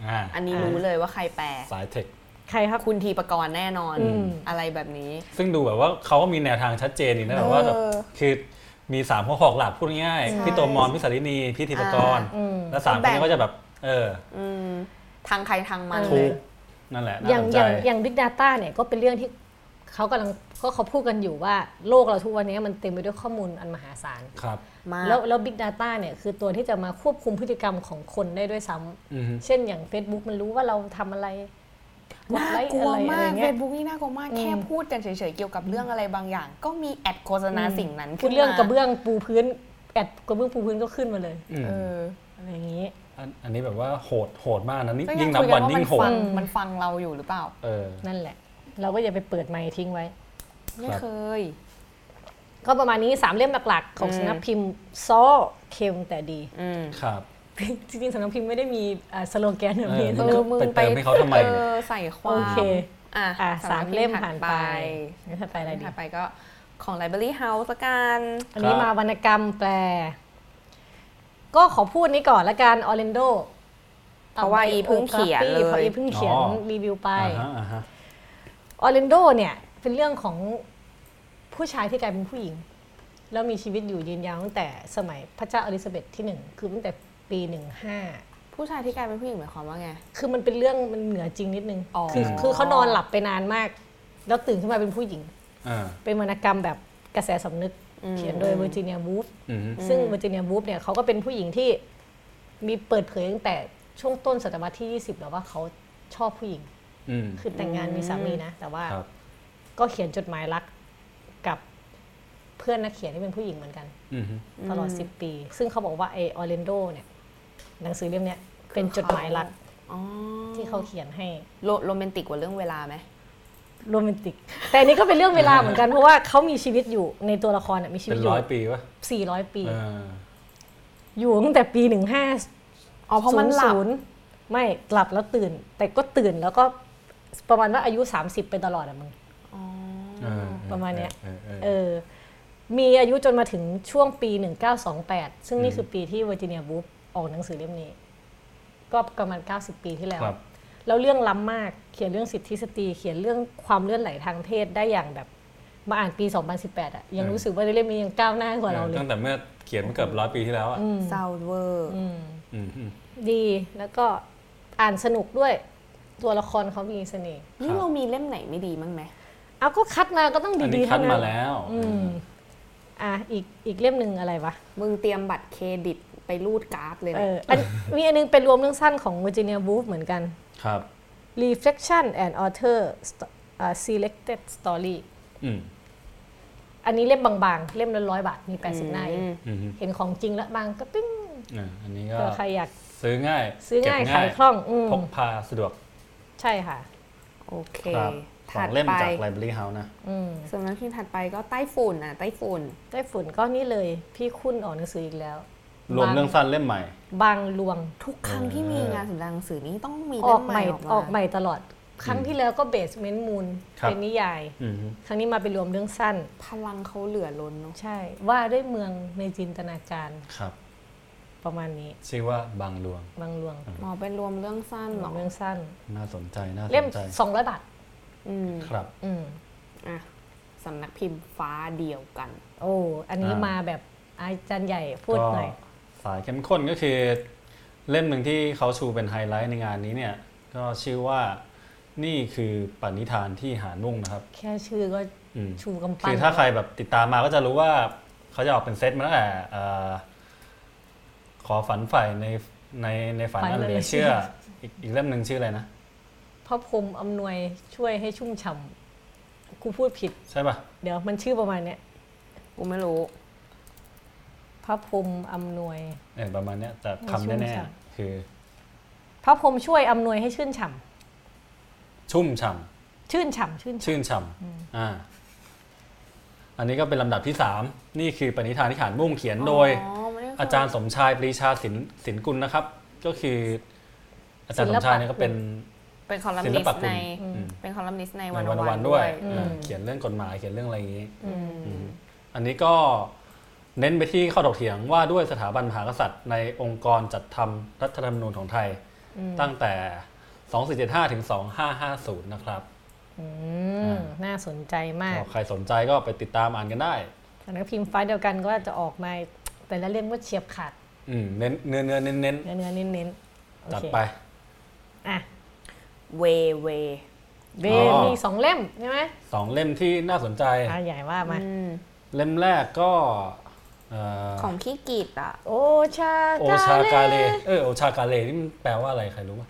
A: อ่า
B: อันนี้รู้เลยว่าใครแปล
A: สายเทค
C: ใครครับ
B: คุณทีประกรณ์แน่นอน
C: อืม
B: อะไรแบบนี้
A: ซึ่งดูแบบว่าเขาก็มีแนวทางชัดเจนนี่นะแบบว่าแบบคือมีสามหัวข้อหลักพูดง่ายๆพี่โตมอนพี่สารินี พี่ธิปกรณ์
C: อืม
A: และสามคน
B: แบ่
A: นี้
B: ง
A: ก็จะแบบ เออ
B: อืมทางใครทางมัน
C: เออ
B: เล
A: ถู
B: ย
A: ก นั่นแหละ
C: อ
A: น่า
C: ย่าง
A: สน
C: อ
A: ใจ
C: ย่างอย่าง Big Data เนี่ยก็เป็นเรื่องที่เขากำลังก็เขาพูดกันอยู่ว่าโลกเราทุกวันนี้มันเต็มไปด้วยข้อมูลอันมหาศาล
A: ครับ
B: มาก
C: แล้วแล้ว Big Data เนี่ยคือตัวที่จะมาควบคุมพฤติกรรมของคนได้ด้วยซ้ำ
A: อือฮึ
C: เช่นอย่าง Facebook มันรู้ว่าเราทำอะไรกด
B: น่า
C: ไลค์
B: กลัว
C: อะไรอะไร
B: มากเฟ
C: เงี้ย
B: ซบุ๊กนี่น่ากลัวมาก แค่พูดกันเฉยๆ เกี่ยวกับเรื่องอะไรบางอย่าง ก็มีแอดโฆษณา
C: อืม
B: สิ่งนั้น
C: พู
B: ขึ้
C: ด
B: น
C: เรื่องกระ
B: มา
C: เบื้องปูพื้นแอดกระเบื้องปูพื้นก็ขึ้นมาเลย
A: อืม
B: เออ
C: อะไรอย่างนี้
A: อันอันนี้แบบว่าโหด โหดมากนะนี่
B: ก็
A: ยิ่งนับ
B: คุกั
A: วัน
B: ว่า
A: ยิ่งโห
B: มั
A: ด
B: นฟัมันฟังเราอยู่หรือเปล่า
A: เออ
C: นั่นแหละ เราก็อย่าไปเปิดไมค์ทิ้งไว้
B: ไม่เคย
C: ก็ประมาณนี้สามเล่มหลักๆ ของ
B: อืม
C: สำนักพิมพ์ซ้อเค็มแต่ดี
B: อืม
A: ครับ
C: จริงๆสำนักพิมพ์ไม่ได้มีอ่าสโลแกนแบบนี้
A: เออ
B: เอ
C: นะ
B: อมึงไป
A: ไปเติมให้เขาทำไมเนี่ย
B: ออใส่ควา
C: โอ
B: ม
C: เค
B: อ่ะ
C: อ่า
B: ำ
C: สา
B: นั
C: ม
B: ก
C: เล่ม
B: พิพ์
C: ผ่านไปนี่ถัดไปอะไรดี
B: ถัดไปก็ของ Library House ละกัน
C: อันนี้มาวรรณกรรมแปล ก็ขอพูดนี้ก่อนละกันออร์เรนโด
B: เพราะว่าอีเพิ่งเขียนเล
C: พราะ
B: ย
C: อีเพิ่งเขียน
A: อ๋อ
C: รีวิวไป
A: อ่าฮะอ่าฮะ
C: ออร์เรนโดเนี่ย เป็นเรื่องของผู้ชายที่กลายเป็นผู้หญิง แล้วมีชีวิตอยู่ยืนยาวตั้งแต่สมัยพระเจ้าอลิซาเบธที่หนึ่งคือตั้งแต่ปีหนึ่งห้า
B: ผู้ชายที่กลายเป็นผู้หญิงหมายความว่าไง
C: คือมันเป็นเรื่องมันเหนือจริงนิดนึง
B: อ๋อ
C: คือคือเขานอนหลับไปนานมาก แล้วตื่นขึ้นมาเป็นผู้หญิง
A: อ่า
C: เป็นวรรณกรรมแบบกระแสสำนึก เขียนโดยเวอร์จิเนียวูฟ
A: อืม
C: ซึ่งเวอร์จิเนียวูฟเนี่ยเขาก็เป็นผู้หญิงที่มีเปิดเผยตั้งแต่ช่วงต้นศตวรรษที่ 20 แล้วว่าเขาชอบผู้หญิง
A: อืม
C: คือแต่งงานมีสามีนะ แต่ว่า
A: ครับ
C: ก็เขียนจดหมายรักกับเพื่อนนักเขียนที่เป็นผู้หญิงเหมือนกัน
A: อืมฮึ
C: ตลอด 10 ปี ซึ่งเขาบอกว่าไอออเรนโดเนี่ยหนังสือเล่มเนี้ยเป็นจดหมายรัก
B: อ๋อ
C: ที่เขาเขียนให้
B: โรโรแมนติกกว่าเรื่องเวลาไหม
C: โรแมนติก แต่อันนี้ก็เป็นเรื่องเวลาเหมือนกันเพราะว่าเขามีชีวิตอยู่ในตัวละครน่ะมีชีวิ
A: เป็
C: ต
A: น
C: อยู่
A: ร้อยปีป่ะ
C: สี่ร้อยปี
A: เออ
C: อยู่ตั้งแต่ปีหนึ่งห้า
B: อ๋อเพราะมันหลับ
C: ไม่หลับแล้วตื่น แต่ก็ตื่นแล้วก็ประมาณว่าอายุ 30 ไปตลอดอะมึง
A: เออ
C: ประมาณเนี้ย
A: เออเออ
C: เอ
A: เออ
C: อ มีอายุจนมาถึงช่วงปี 1928 ซึ่งนี่คือปีที่เวอร์จิเนียวูฟออกหนังสือเล่มนี้ ก็ประมาณ 90 ปีที่แล้ว
A: ครับ
C: แล้วเรื่องล้ำมากเขียนเรื่องสิทธิสตรี เขียนเรื่องความเลื่อนไหลทางเพศได้อย่างแบบมาอ่านปี 2018อะยังรู้สึกว่าเล่มนี้ยังก้าวหน้ากว่าเราเลย
A: ตั้งแต่เมื่อเขียนมาเกือบร้อยปีที่แล้วอ่ะ
B: เศร้าเวอร์
A: อืมอืม
C: ดีแล้วก็อ่านสนุกด้วยตัวละครเขามีเสน่ห์
B: นี่
A: ครับ
B: เรามีเล่มไหนไม่ดีมั้างไหม
C: เอาก็คัดมาก็ต้อง
A: อัน
C: ดี
A: นี้
C: ๆ
A: คัด
C: เท่านั้
A: มาน แล้ว
C: อืมอ่ะอีกอีกเล่มหนึ่งอะไรวะ
B: มึงเตรียมบัตรเครดิตไปรูดการ์ดเลย
C: เอ
B: นะ
C: ออันมีอันนึงเป็นรวมเรื่องสั้นของ Virginia Woolf เหมือนกัน
A: ครับ
C: Reflection and Author Sto- อ่า Selected Story
A: อืม
C: อันนี้เล่มบางๆ เล่มละร้อยบาท มี 80 หน้าเอง
A: อืมอืม
C: เห็นของจริงแล้วบางก็ปิ้ง
A: อ่ะอันนี้ก็
C: เผื่อใครอยาก
A: ซื้อง่าย
C: ซื้อง่าย
A: เก็บ
C: ขายคล่องอืม
A: พกพาสะดวก
C: ใช่ค่ะ
B: โอเค
A: ครับขอ
B: ถั
A: ง
B: ด
A: เล่ม
B: ไป
A: จาก Library House นะ
C: อืม
B: ส่วนนักพิมพ์ถัดไปก็ใต้ฝุ่นอ่ะใต้ฝุ่น
C: ไต้ฝุ่นก็นี่เลย พี่คุณออกหนังสืออีกแล้ว
A: รวมเรื่องสั้นเล่มใหม่
C: บางลวง
B: ทุกครั้งที่มีงานสำนักหนังสือนี้ต้องมี
C: อ
B: เล่
C: อก
B: ม
C: ให
B: ใหม่อ
C: ม่
B: อกมา
C: ออกใหม่ตลอด ครั้งที่แล้วก็ Basement Moon
A: ครับ
C: เป็นนิยาย
A: อืมอืม
C: ครั้งนี้มาเป็นรวมเรื่องสั้น
B: พลังเขาเหลือล้นเนาะ
C: ใช่ ว่าด้วยเมืองในจินตนาการ
A: ครับ
C: ประมาณนี้
A: ชื่อว่าบางหลวง
C: บางลวง
B: หมอเป็นรวมเรื่องสั้น
C: ห
B: เห
C: ล
B: ร
C: อ
B: อง
C: เรื่องสั้น
A: น่าสนใจ น่าส
C: เล่ม
A: นใจ
C: 200 บาท
B: อืม
A: ครับ
C: อืม
B: อ่ะสำนักพิมพ์ฟ้าเดียวกัน
C: โอ้อันนี้
A: อ่าม
C: มาแบบอาจารย์ใหญ่พูด
A: ก็
C: หน่อย
A: สายเข้มข้นก็คือ เล่มหนึ่งที่เขาชูเป็นไฮไลท์ในงานนี้เนี่ย ก็ชื่อว่านี่คือปณิธานที่หานุ่งนะครับ
C: แค่ชื่อก็
A: อืม
C: ชูกำปั้
A: คื
C: น
A: อถ้าใครแบบติดตามมาก็จะรู้ว่าเขาจะออกเป็นเซตมาตั้งแต่เอ่อขอฝันใฝ่ในในในฝันอันเหลือเชื่อ อีกอีกเล่มหนึ่งชื่ออะไรนะ
C: พระพรหมอำนวยช่วยให้ชุ่มฉ่ำกูพูดผิด
A: ใช่ป่ะ
C: เดี๋ยวมันชื่อประมาณเนี้ย
B: กูไม่รู้
C: พระพรหมอำนวย
A: เออประมาณเนี้ยแต่คำ
C: ชุ่ม
A: แน่
C: ฉ่
A: ๆ คือ
C: พระพรหมช่วยอำนวยให้ชื่นฉ่
A: ชุ่มฉ่
C: ำชื่นฉ่ำชื่น
A: ำ
C: ฉ่
A: ชื่นฉ่ำอ่า อันนี้ก็เป็นลำดับที่ 3 นี่คือปณิธานที่ขานมุ่งเขียนโดย
B: อ๋อไม่ได้เข้
A: อาจารย์สมชายปรีชาศิลป์ศิลป์กุลนะครับ ก็คือ อาจารย์สมชายเนี่ยก็เป็น
B: เป็นคอลัม
A: ศิล
B: นิส
A: ปะ
B: ต์
A: คุณ
B: ใน เป็นคอลัมนิสต์ในวัน
A: ในวัน
B: วั
A: วัน น
B: ๆ
A: ๆ
B: ด้
A: ด้
B: ว
A: วย ยอ่าเขียนเรื่องกฎหมายเขียนเรื่องอะไรอย่างนี้
C: ำอืม
A: อืมอันนี้ก็เน้นไปที่ข้อถกเถียงว่าด้วยสถาบันมหากษัตริย์ในองค์กรจัดทำรัฐธรรมนูญของไทย ตั้งแต่ 2475 ถึง 2550 นะครับ
C: อืมน่าสนใจมาก
A: ก็ใครสนใจก็ไปติดตามอ่านกันได้
C: สำนักพิมพ์ฟ้าเดียวกันก็จะออกมาแต่ละเล่มก็เฉียบขาด
A: อืมเน้นเนื้อเนื้อเน้นเน้น
C: เนื้อเนื้อเน้นๆโอ
A: จัด
C: เค
A: ไป
C: อ่ะ
B: เวเว
C: เบ
A: อ๋อ
C: มีสองเล่มใช่ไหม
A: สองเล่มที่น่าสนใจ
C: อ่ะใหญ่ว่ามา
A: เล่มแรกก็เอ่อ
B: ของพี่กีตอ่ะ
C: โอชา
A: โอชากาเลเออโอชากาเลนี่มันแปลว่าอะไรใครรู้ปะ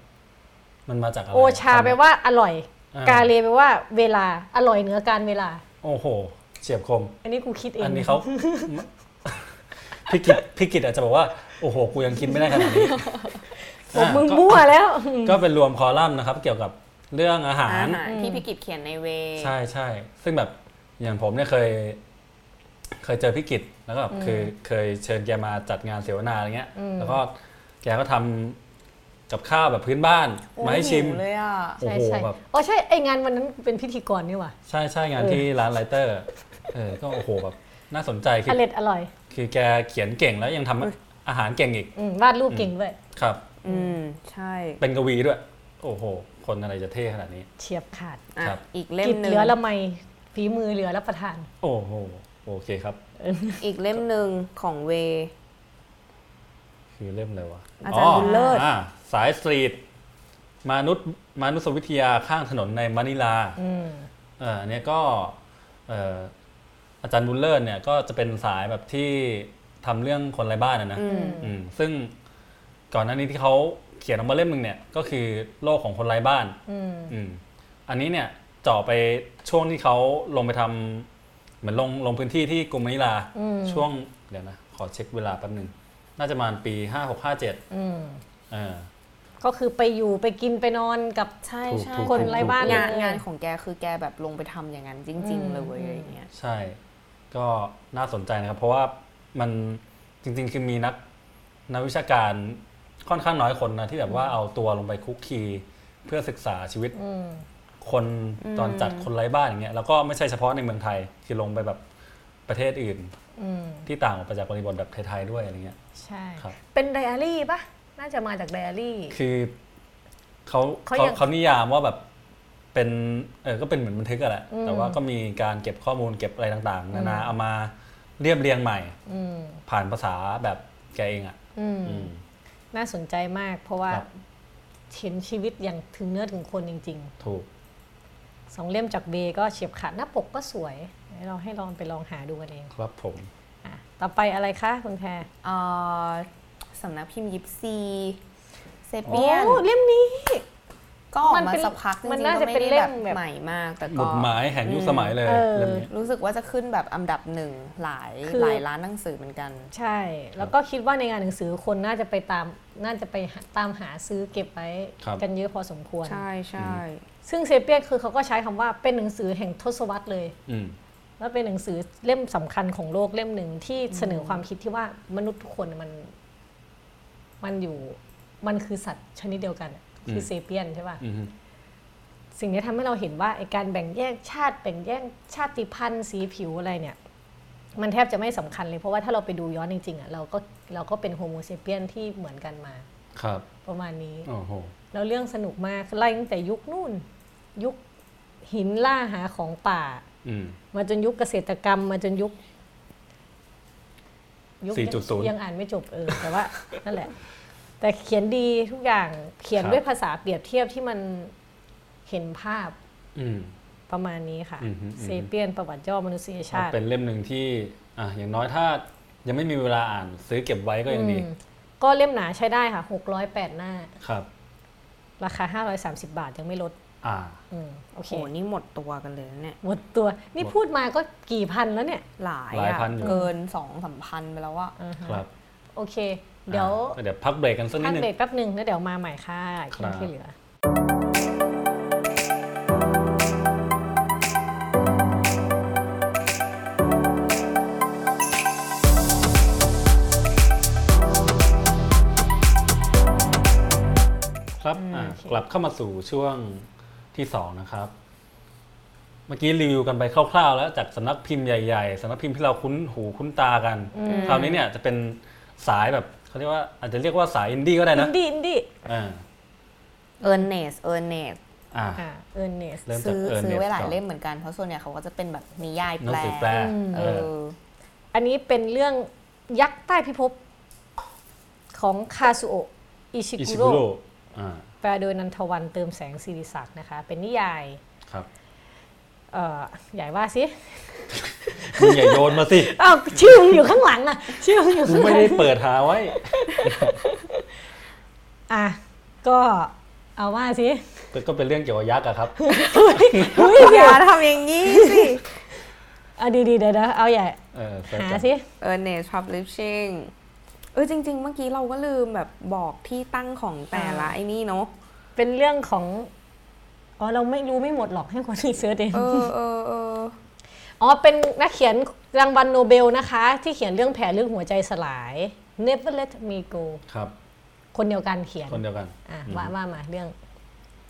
A: มันมาจากอะไร
C: โอชาแปลว่าอร่อย
A: อ่
C: กาเลแปลว่าเวลาอร่อยเหนือการเวลา
A: โอ้โหเฉียบคม
C: อันนี้กูคิดเอง
A: อันนี้เขา [laughs] พี่กิตพี่กิตอาจจะบอกว่า โอ้โห กูยังกินไม่ได้ขนาดนี้
C: บอกมึง
A: อ่ะก็
C: มั่วแล้ว
A: ก็เป็นรวมคอลัมน์นะครับ เกี่ยวกับเรื่องอาหาร
B: อาหารที่พี่กิตเขียนในเว
A: ใช่ใช่ ซึ่งแบบอย่างผมเนี่ยเคย เคยเจอพี่กิตแล้วก็แบบคือเคยเชิญแกมาจัดงานเสวนาอะไรเงี้ย แล้วก็แกก็ทำกับข้าวแบบพื้นบ้าน
B: โอ้
A: มาให้ชิม
B: หิวเลยอ่ะ
A: โอ้โห
C: ใช่ใช่
A: แบบ
C: อ๋อใช่ไองานวันนั้นกูเป็นพิธีกรนี่หว่ะ
A: ใช่ใช่งาน
C: เออ
A: ที่ร้านไลเตอร์ เออ ก็โอ้โหแบบน่าสนใจคื
C: อ
A: อ
C: ร่อยอร่อย
A: คือแกเขียนเก่งแล้วยังทำอาหารเก่งอีก
C: อืมวาดรูปเก่งด้วย
A: ครับ
B: อืม ใช่
A: เป็นกวีด้วย โอ้โห คนอะไรจะเท่ขนาดนี้
C: เฉียบขาด
B: อ่ะ
A: ครับ
B: อีกเล่ม
C: กิจ
B: ห
C: เห
B: นึ่ง
C: ลือละไมฝีมือเหลือรับประทาน
A: โอ้โห โอเคครับ
B: อีกเล่มหนึ่งของเว
A: คือเล่มเลยวะ
B: อาจารย์บุญเลิศ
A: อ่าสายสตรีทมนุษย์มนุษยวิทยาข้างถนนในมะนิลา
C: อืม
A: เออเนี่ยก็เอ่ออาจารย์บุญเลิศเนี่ยก็จะเป็นสายแบบที่ทำเรื่องคนไร้บ้านนะนะ
B: อืม
A: อืมซึ่งก่อนหน้านี้ที่เขาเขียนออกมาเล่มหนึ่งเนี่ยก็คือโลกของคนไร้บ้าน
C: อืม
A: อืมอันนี้เนี่ยเจ่อไปช่วงที่เขาลงไปทำเหมือนลงลงพื้นที่ที่กรุงมะนิลาช่วงเดี๋ยวนะ ขอเช็คเวลาแป๊บหนึ่งน่าจะประมาณปี 56 57
C: อืม
A: เออ
C: ก็คือไปอยู่ไปกินไปนอนกับ
B: ใช่ใช่
A: ถูก
C: คนไร้บ้าน
B: งานงานของแกคือแกแบบลงไปทำอย่างนั้นจริง ๆ เลยอะไรเงี้ย
A: ใช่ ก็น่าสนใจนะครับ เพราะว่ามันจริงๆ คือมีนักนักวิชาการค่อนข้างน้อยคนนะ ที่แบบว่าเอาตัวลงไปคุกคีเพื่อศึกษาชีวิต
C: อืม
A: คนตอนจัดคนไร้บ้านอย่างเงี้ยแล้วก็ไม่ใช่เฉพาะในเมืองไทย คือลงไปแบบประเทศอื่น
C: อืม
A: ที่ต่างออกไปจากบริบทแบบไทยๆด้วยอะไรเงี้ย
C: ใช่
A: ครับ
C: เป็นไดอารี่ปะน่าจะมาจากไดอารี่
A: คือเขา
C: เขา
A: เขา
C: ยัง
A: เขานิยามว่าแบบเป็นเออก็เป็นเหมือนบันทึกอะแหละแต่ว่าก็มีการเก็บข้อมูลเก็บอะไรต่างๆ นานาเอามาเรียบเรียงใหม่
C: อืม
A: ผ่านภาษาแบบแกเองอะ
C: อืม
A: อืม
C: น่าสนใจมาก เพราะว่า
A: ครับ
C: เห็นชีวิตอย่างถึงเนื้อถึงคนจริง
A: ถูก
C: ๆ สองเล่มจากเบก็เฉียบขาดหน้าปกก็สวยเดี๋ยวเราให้ลองไปลองหาดูกันเอง
A: ครับผม
C: อ่ะต่อไปอะไรคะคุณแพร
B: เอ่อสำนักพิมพ์ยิปซีเซเปี
C: โอ้
B: ยน
C: เล่มนี้
B: ก็ออก
C: มัน
B: มา
C: เป็น
B: สักพักจริง
C: มัน
B: ๆ
C: น่า
B: ก็
C: จะ
B: ไม่
C: เป็น
B: ได้
C: เล่
B: แบ
C: ม
B: บ
C: แบบ
B: ใหม่มาก แต่
A: บ
B: ก็
A: ทหมายแห่งยุคสมัยเลย
C: เออ
A: เล่มนี้
B: รู้สึกว่าจะขึ้นแบบอันดับหนึ่งหลาย
C: คือ
B: หลายร้านหนังสือเหมือนกัน
C: ใช่ แล้วก็คิดว่าในงานหนังสือคนน่าจะไปตาม น่าจะไปหาตามหาซื้อเก็บไว้
A: ครับ
C: กันเยอะพอสมควร
B: ใช่ใช่
C: ซึ่งเซเปียนคือเขาก็ใช้คำว่าเป็นหนังสือแห่งทศวรรษเลย
A: อืม
C: แล้วเป็นหนังสือเล่มสำคัญของโลกเล่มหนึ่งที่เสนอความคิดที่ว่ามนุษย์ทุกคนมัน มันอยู่ มันคือสัตว์ชนิดเดียวกันอะคืออ
A: ม
C: เซเปียนใช่ป่ะ
A: อืม
C: สิ่งนี้ทำให้เราเห็นว่าไอการแบ่งแยกชาติแบ่งแยกชาติพันธุ์สีผิวอะไรเนี่ย มันแทบจะไม่สำคัญเลยเพราะว่าถ้าเราไปดูย้อนจริงๆอ่ะเราก็เราก็เป็นโฮโมเซเปียนที่เหมือนกันมา
A: ครับ
C: ประมาณนี้
A: โอ้โห
C: แล้วเรื่องสนุกมากไล่ตั้งแต่ยุคนู่น ยุคหินล่าหาของป่า
A: อืม
C: มาจนยุคเกษตรกรรม มาจนยุค
A: 4.0
C: ยังอ่านไม่จบเออ แต่ว่า [laughs] นั่นแหละ แต่เขียนดีทุกอย่างเขียนด้วยภาษาเปรียบเทียบที่มันเห็นภาพ
A: อืม
C: ประมาณนี้ค่ะ
A: อืมฮึอืมฮึ
C: เซเปียนประวัติย่อมนุษยชาติ
A: เป็นเล่มหนึ่งที่อ่ะอย่างน้อยถ้ายังไม่มีเวลาอ่านซื้อเก็บไว้ก็ยังดี
C: อืมก็เล่มหนาใช้ได้ค่ะ 608 หน้า
A: ครับ
C: ราคา 530 บาทยังไม่ลด
A: อ่า
C: อืมโอเค
B: โหนี่หมดตัวกันเลยนะเนี่ย
C: หมดตัว นี่
A: หมด
C: พูดมาก็กี่พันแล้วเนี่ย
B: หลาย
A: หลาย
B: อะ
A: พันอยู่
B: เกินสองสามพันไปแล้วอะ
C: อ่าฮะ
A: ครับ
C: โอเค เดี๋ยว
A: อ่ะเดี๋ยวพักเบรกกันสักนิ
C: พั
A: ด
C: ก
A: นึง
C: เบรกแป๊บหนึ่งแล้วเดี๋ยวมาใหม่ค่ะ
A: ค
C: ช่
A: รั
C: ว
A: บ
C: งที่เหลือ
A: ครับอ่ะ
C: โอเค
A: กลับเข้ามาสู่ช่วงที่ 2 นะครับ เมื่อกี้รีวิวกันไปคร่าวๆ แล้วจากสำนักพิมพ์ใหญ่ๆสำนักพิมพ์ที่เราคุ้นหูคุ้นตากัน คราวนี้เนี่ยจะเป็นสายแบบเขาเรียกว่าอาจจะเรียกว่าสายอินดี้ก็ได้
C: อิ
A: นะ
C: นดี้อินดี้
A: อ่า
B: เอิร์นเนสเอิร์นเนส
A: อ่า
C: อ่าเอิร์นเนส
A: เริ่มจาก
B: ซื้อ
A: เอิร์น
B: ซื้
A: เน
B: อ
A: ส
B: ไว้หลาย
A: ก่อน
B: เล่มเหมือนกันเพราะส่วนเนี่ยเขาก็จะเป็นแบบนิยาย
A: ห
B: แป
A: นัง
B: ล
A: สือแปล
B: เอ
A: เออ
B: อ
C: อันนี้เป็นเรื่องยักษ์ใต้พิภพของคาซุโอะอิชิ
A: อิชิ
C: กุ
A: บุ
C: โร่
A: โร่อ่า
C: แปลโดยนันทวันเติมแสงสิริศักดิ์นะคะ เป็นนิยาย
A: ครับ
C: เอ่อใหญ่ว่าสิ
A: มึงอย่าโยนมาสิ
C: อ้าวชื่อมันอยู่ข้างหลังอะชื่อมันอยู่
A: กู
C: ข้างห
A: ไม่
C: ลัง
A: ได้เปิดหาไว้
C: อ่ะก็เอาว่าสิ
A: แต่ก็เป็นเรื่องเกี่ยวกับยักษ์อะครับ
C: เฮ้ย
B: อ
C: เดี๋ยว
B: ย่าทำอย่างนี้ [laughs] สิ
C: อ่ะดีๆเดี๋ยวนะเอาใหญ่
A: เออเสิร์ช
C: หา
A: ก่อน
C: สิ
B: เออเนสพับลิชชิ่งเออจริง ๆ เมื่อกี้เราก็ลืมแบบบอกที่ตั้งของแต่ละไอ้นี่เนาะ
C: เป็นเรื่องของอ๋อเราไม่รู้ไม่หมดหรอกให้คนที่เสิร์ชเอง
B: เออเออเออ
C: อ๋อ เป็นนักเขียนรางวัลโนเบลนะคะ ที่เขียนเรื่องแผลเรื่องหัวใจสลาย Never Let Me Go
A: ครับ
C: คนเดียวกันเขียน
A: คนเดียวกัน
C: อ่ะว่าว่ามาเรื่อง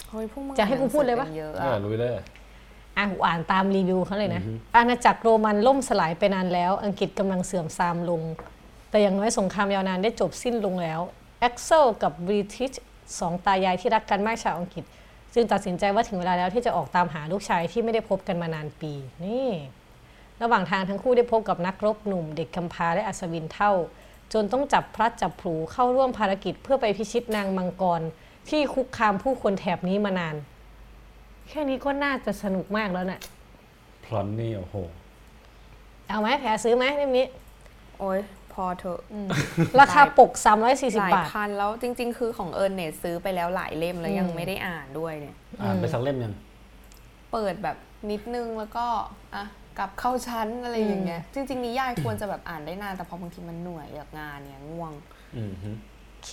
B: เฮ้ยพวกมึง
C: จะให้กูพูดเลยปะ
B: อ่านหนังสือกันเยอะ
A: เออ
B: อะ
A: รู้เลย
C: อ่ะกูอ่านตามรีวิวเขาเลยนะ อาณาจักรโรมันล่มสลายไปนานแล้ว อังกฤษกำลังเสื่อมทรามลง แต่อย่างน้อยสงครามยาวนานได้จบสิ้นลงแล้วแอ็กเซลกับบริทิชสองตายายที่รักกันมากชาวอังกฤษ จึงตัดสินใจว่าถึงเวลาแล้วที่จะออกตามหาลูกชายที่ไม่ได้พบกันมานานปี นี่ ระหว่างทางทั้งคู่ได้พบกับนักรบหนุ่ม เด็กกำพร้าและอัศวินเท่า จนต้องจับพลัดจับผลูเข้าร่วมภารกิจเพื่อไปพิชิตนางมังกร ที่คุกคามผู้คนแถบนี้มานาน แค่นี้ก็น่าจะสนุกมากแล้วน่ะ
A: พลอนนี่โอ้โห
C: เอาไหมแพรซื้อไหมเล่มนี้
A: [laughs]
B: โอ้ยพอเถอะ
C: ราคาปก
B: หลาย
C: 340 บาท
B: พันแล้วจริง ๆ คือของเอิร์นเนสซื้อไปแล้วหลายเล่มแล้วยังไม่ได้อ่านด้วยเนี่ย
A: อ่านไปสักเล่มยัง
B: เปิดแบบนิดนึงแล้วก็อ่ะกลับเข้าชั้นอะไรอย่างเงี้ยจริง ๆนิยายควรจะแบบอ่านได้นานแต่พอบางทีมันเหนื่อยจากงานเนี่ยง่วง
A: อืมฮึ
C: เค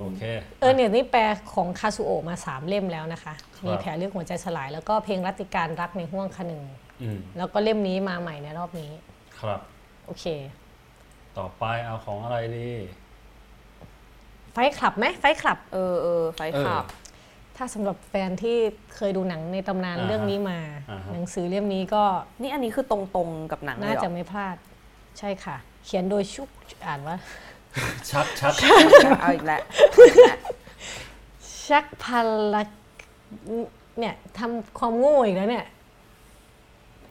A: โอเค
C: เออเนี่ยนี่แปลของคาซูโอะมาสามเล่มแล้วนะคะ
A: ครับ
C: มีแผลเลือกหัวใจสลาย แล้วก็เพลงรัติการรักในห้วงคะหนึ่ง
A: อืม
C: แล้วก็เล่มนี้มาใหม่ในรอบนี้
A: ครับ
C: โอเค
A: ต่อไปเอาของอะไรดี
C: ไฟคลับไหมไฟคลับ
B: เออเออไฟขับ
C: ถ้าสำหรับแฟนที่เคยดูหนังในตำนาน
A: อ่าฮะ
C: เรื่องนี้มา
A: อ่าฮะ
C: หนังสือเล่มนี้ก็
B: นี่อันนี้คือตรงๆกับหนังเล
C: น่าย
B: เหร
C: จะ
B: อ
C: ไม่พลาด ใช่ค่ะ เขียนโดยชุกอ่านว่า
A: ชัดชัด
B: เอาอีกแล้ว
C: ชักพันละเนี่ยทำความโง่อีกแล้วเนี่ย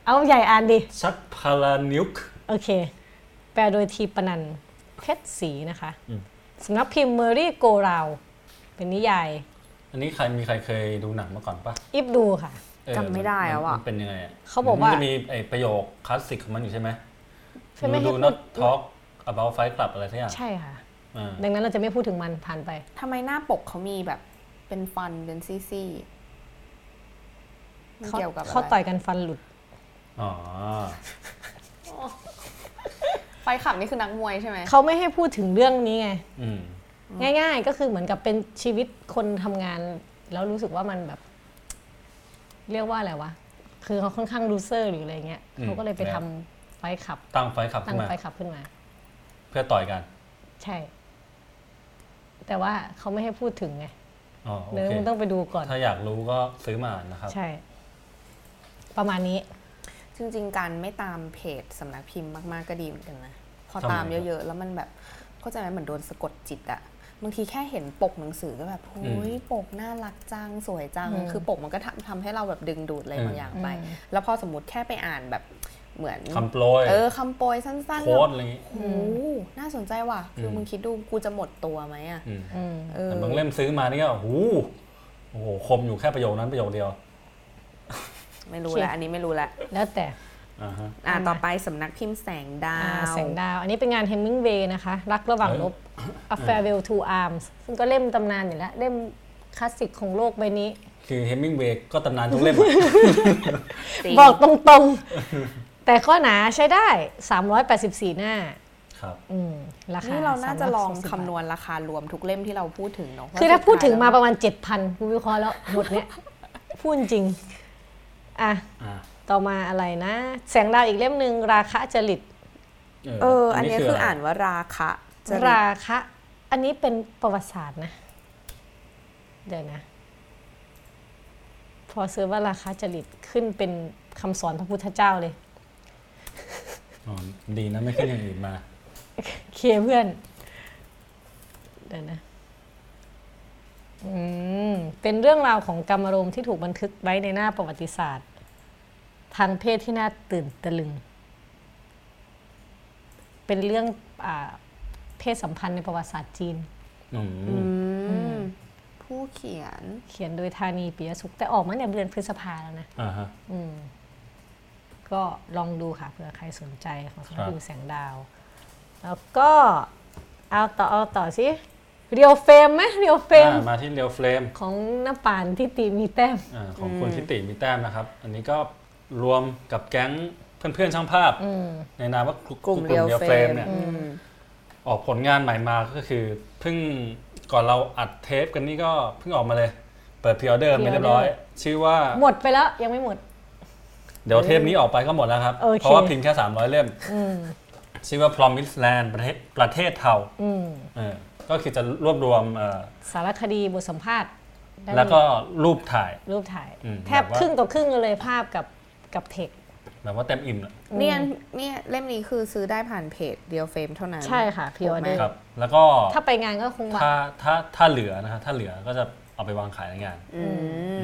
C: เอาใหญ่อ่านดิ
A: ชัดพารานิวค์
C: โอเค แปลโดยทีปนันท์เพชรศรีนะคะสำนักพิมพ์เมอรี่โกราว เป็นนิยาย
A: อันนี้ใครมีใครเคยดูหนังมาก่อนปะ
C: อิบดูค่ะ
A: เออน
B: จำไม่ได้แล้วอะ
A: มันเป็นยังไงะ
C: เขาบอกว่ามั
A: นจะมีไอประโยคคลาสสิกของมันอยู่ใช่ไหม
C: ใช่ไหมให้
A: ดู
C: พู
A: not
C: ด
A: talk about fight club อะไรสักอย่าง
C: ใช่ค่ะ
A: อ่า
C: ดังนั้นเราจะไม่พูดถึงมันผ่านไป
B: ทำไม [laughs] หน้าปกเขามีแบบเป็นฟันเป็นซี่ๆมัน
C: เขา
B: เกี่ยวกับอะ
C: เขา
B: ไร
C: ต่อยกันฟันหลุด
A: อ๋อ
B: ไฟขับนี่คือนักมวยใช่ไหม
C: เขาไม่ให้พูดถึงเรื่องนี้ไง
A: อืม
C: ง่ายๆ ก็คือเหมือนกับเป็นชีวิตคนทำงาน แล้วรู้สึกว่ามันแบบ เรียกว่าอะไรวะ คือเขาค่อนข้างรูเซอร์หรืออะไรเงี้ย
A: อืม
C: เขาก็เลยไปทำไฟขับ
A: ตั้งไฟขับ
C: ตั้
A: ขึ้
C: ง
A: นมา
C: ไฟขับขึ้นมา
A: เพื่อต่อยกัน
C: ใช่ แต่ว่าเขาไม่ให้พูดถึงไง
A: อ๋อ โอ
C: เดี๋ยว
A: เค
C: มึงต้องไปดูก่อน
A: ถ้าอยากรู้ก็ซื้อมาอ่านนะครับ
C: ใช่ ประมาณนี้
B: จริงๆ การไม่ตามเพจสำนักพิมพ์มาก ๆ ก็ดีเหมือนกันนะ พอ
A: ทำไม
B: ตามเยอะ ๆ แล้วมันแบบเข้าใจไหมเหมือนโดนสะกดจิตอะบางทีแค่เห็นปกหนังสือก็แบบโอ้ยปกน่ารักจัง สวยจัง
C: อืม
B: คือปกมันก็ทำทำให้เราแบบดึงดูดอะไรบางอย่างไป
C: อืม
B: แล้วพอสมมติแค่ไปอ่านแบบเหมือน
A: คำโปรย
B: เออคำโปรยสั้นๆ
A: โค้
B: แบ
A: ด
B: บ
A: อะไรอย่างงี้
B: โอ้โหน่าสนใจว่ะ คืออ
A: ม
B: มึงคิดดูกูจะหมดตัวไหมอะ
A: อืม
C: อืม
B: เออ
A: แต่บางเล่มซื้อมานี่ก็หูโอ้โห คมอยู่แค่ประโยคนั้นประโยคเดียว
B: ไม่รู้
C: โอเค
B: แล้วอันนี้ไม่รู้แล้ว
C: แล้วแต่
A: อ่าฮะ
B: อ่ะ
C: เอามา
B: ต่อไปสำนักพิมพ์แสงดา
C: อ่าว แสงดาว อันนี้เป็นงานเฮมมิงเวย์นะคะ รักระหว่าง
A: เอ้ย
C: ลบ A Farewell to Arms ซึ่งก็เล่มตำนานอยู่แล้ว เล่มคลาสสิกของโลกใบนี้
A: คือเฮมมิงเวย์ก็ตำนานทุกเล่มอะ
B: จริง
C: บอกตรงๆ [laughs] แต่ข้อหนาใช้ได้ 384 หน้า
A: ครับ
C: อืม ราคา
B: นี่เราน่าจะลอง
C: 360
B: คำนวณราคารวมทุกเล่มที่เราพูดถึงเนาะ
C: คือถ้าพูดถึงมา
B: ว่
C: ป
B: สุดท้ย
C: ระมาณ 7,000กูวิเคราะห์แล้วหมดเนี้ย [laughs] พูดจริง อ่ะ
A: อ่า
C: ต่อมาอะไรนะ แสงดาวอีกเล่มหนึ่งราคะจริต
B: แล้วเออ อันเนี้ยคืออ่านว่าราคะจะ
C: ราคะ อันนี้เป็นประวัติศาสตร์นะ เดี๋ยวนะ พอซื้อว่าราคาจริตขึ้นเป็นคำสอนพระพุทธเจ้าเลย
A: อ๋อดีนะไม่ขึ้นอย่างอื่นมา
C: เคเพื่อน เดี๋ยวนะ อืม เป็นเรื่องราวของกรรมอารมณ์ที่ถูกบันทึกไว้ในหน้าประวัติศาสตร์ ทางเพศที่น่าตื่นตะลึง เป็นเรื่องอาเพศสัมพันธ์ในประวัติศาสตร์จีน
A: อืม
B: อืมผู้เขียน
C: เขียนโดยธานีปิยสุข แต่ออกมาเนี่ยเดือนพฤษภาแล้วนะ
A: อ่าฮะ
C: อืม ก็ลองดูค่ะเผื่อใครสนใจของสำนักพิมพ์แสงดาว แล้วก็เอาต่อเอาต่อสิเรียวเฟมไหมเรียวเฟม
A: อ่ามาที่เรียวเฟรม
C: ของน้าป่านที่ตีมีแต้ม
A: อ่าของคุณทิติมีแต้มนะครับ อันนี้ก็รวมกับแก๊งเพื่อนๆช่างภาพ
C: อืม
A: ในนามว่ากลุ่ม
B: กลุ่มเรียว
A: ก
B: เฟ
A: ฟ
B: ร
A: ร
B: ม
A: มเนี่ย
B: อืม
A: ออกผลงานใหม่มาก็คือเพิ่งก่อนเราอัดเทปกันนี่ก็เพิ่งออกมาเลย เปิดพรีออเดอร์ไปเรียบร้อย ชื่อว่า
C: หมดไปแล้วยังไม่หมด
A: เดี๋ยวเทปนี้ออกไปก็หมดแล้วครับ
C: โอเค
A: เพราะว่าพิมพ์แค่ 300 เล่ม
C: อืม
A: ชื่อว่า Promise Land ประเทศประเทศเทา
C: อืม
A: เออก็คือจะรวบรวมเอ่อ
C: สารคดีบทสัมภาษณ์ได้
A: แล้วก็รูปถ่าย
C: รูปถ่าย
A: อืม
C: แทบ
A: แบบว่า
C: ครึ่งต่อครึ่งกันเลยภาพกับกับเทค
A: แบบว่าเต็มอิ่มอะ
B: เนี่ยเนี่ยเล่มนี้คือซื้อได้ผ่านเพจเดียวเฟรมเท่านั้น
C: ใช่ค่ะพรีออเดอร์
A: ครับ แล้วก็
C: ถ้าไปงานก็คงแบบ
A: ถ้าถ้าถ้าเหลือนะครับถ้าเหลือก็จะเอาไปวางขายในงาน
B: อืม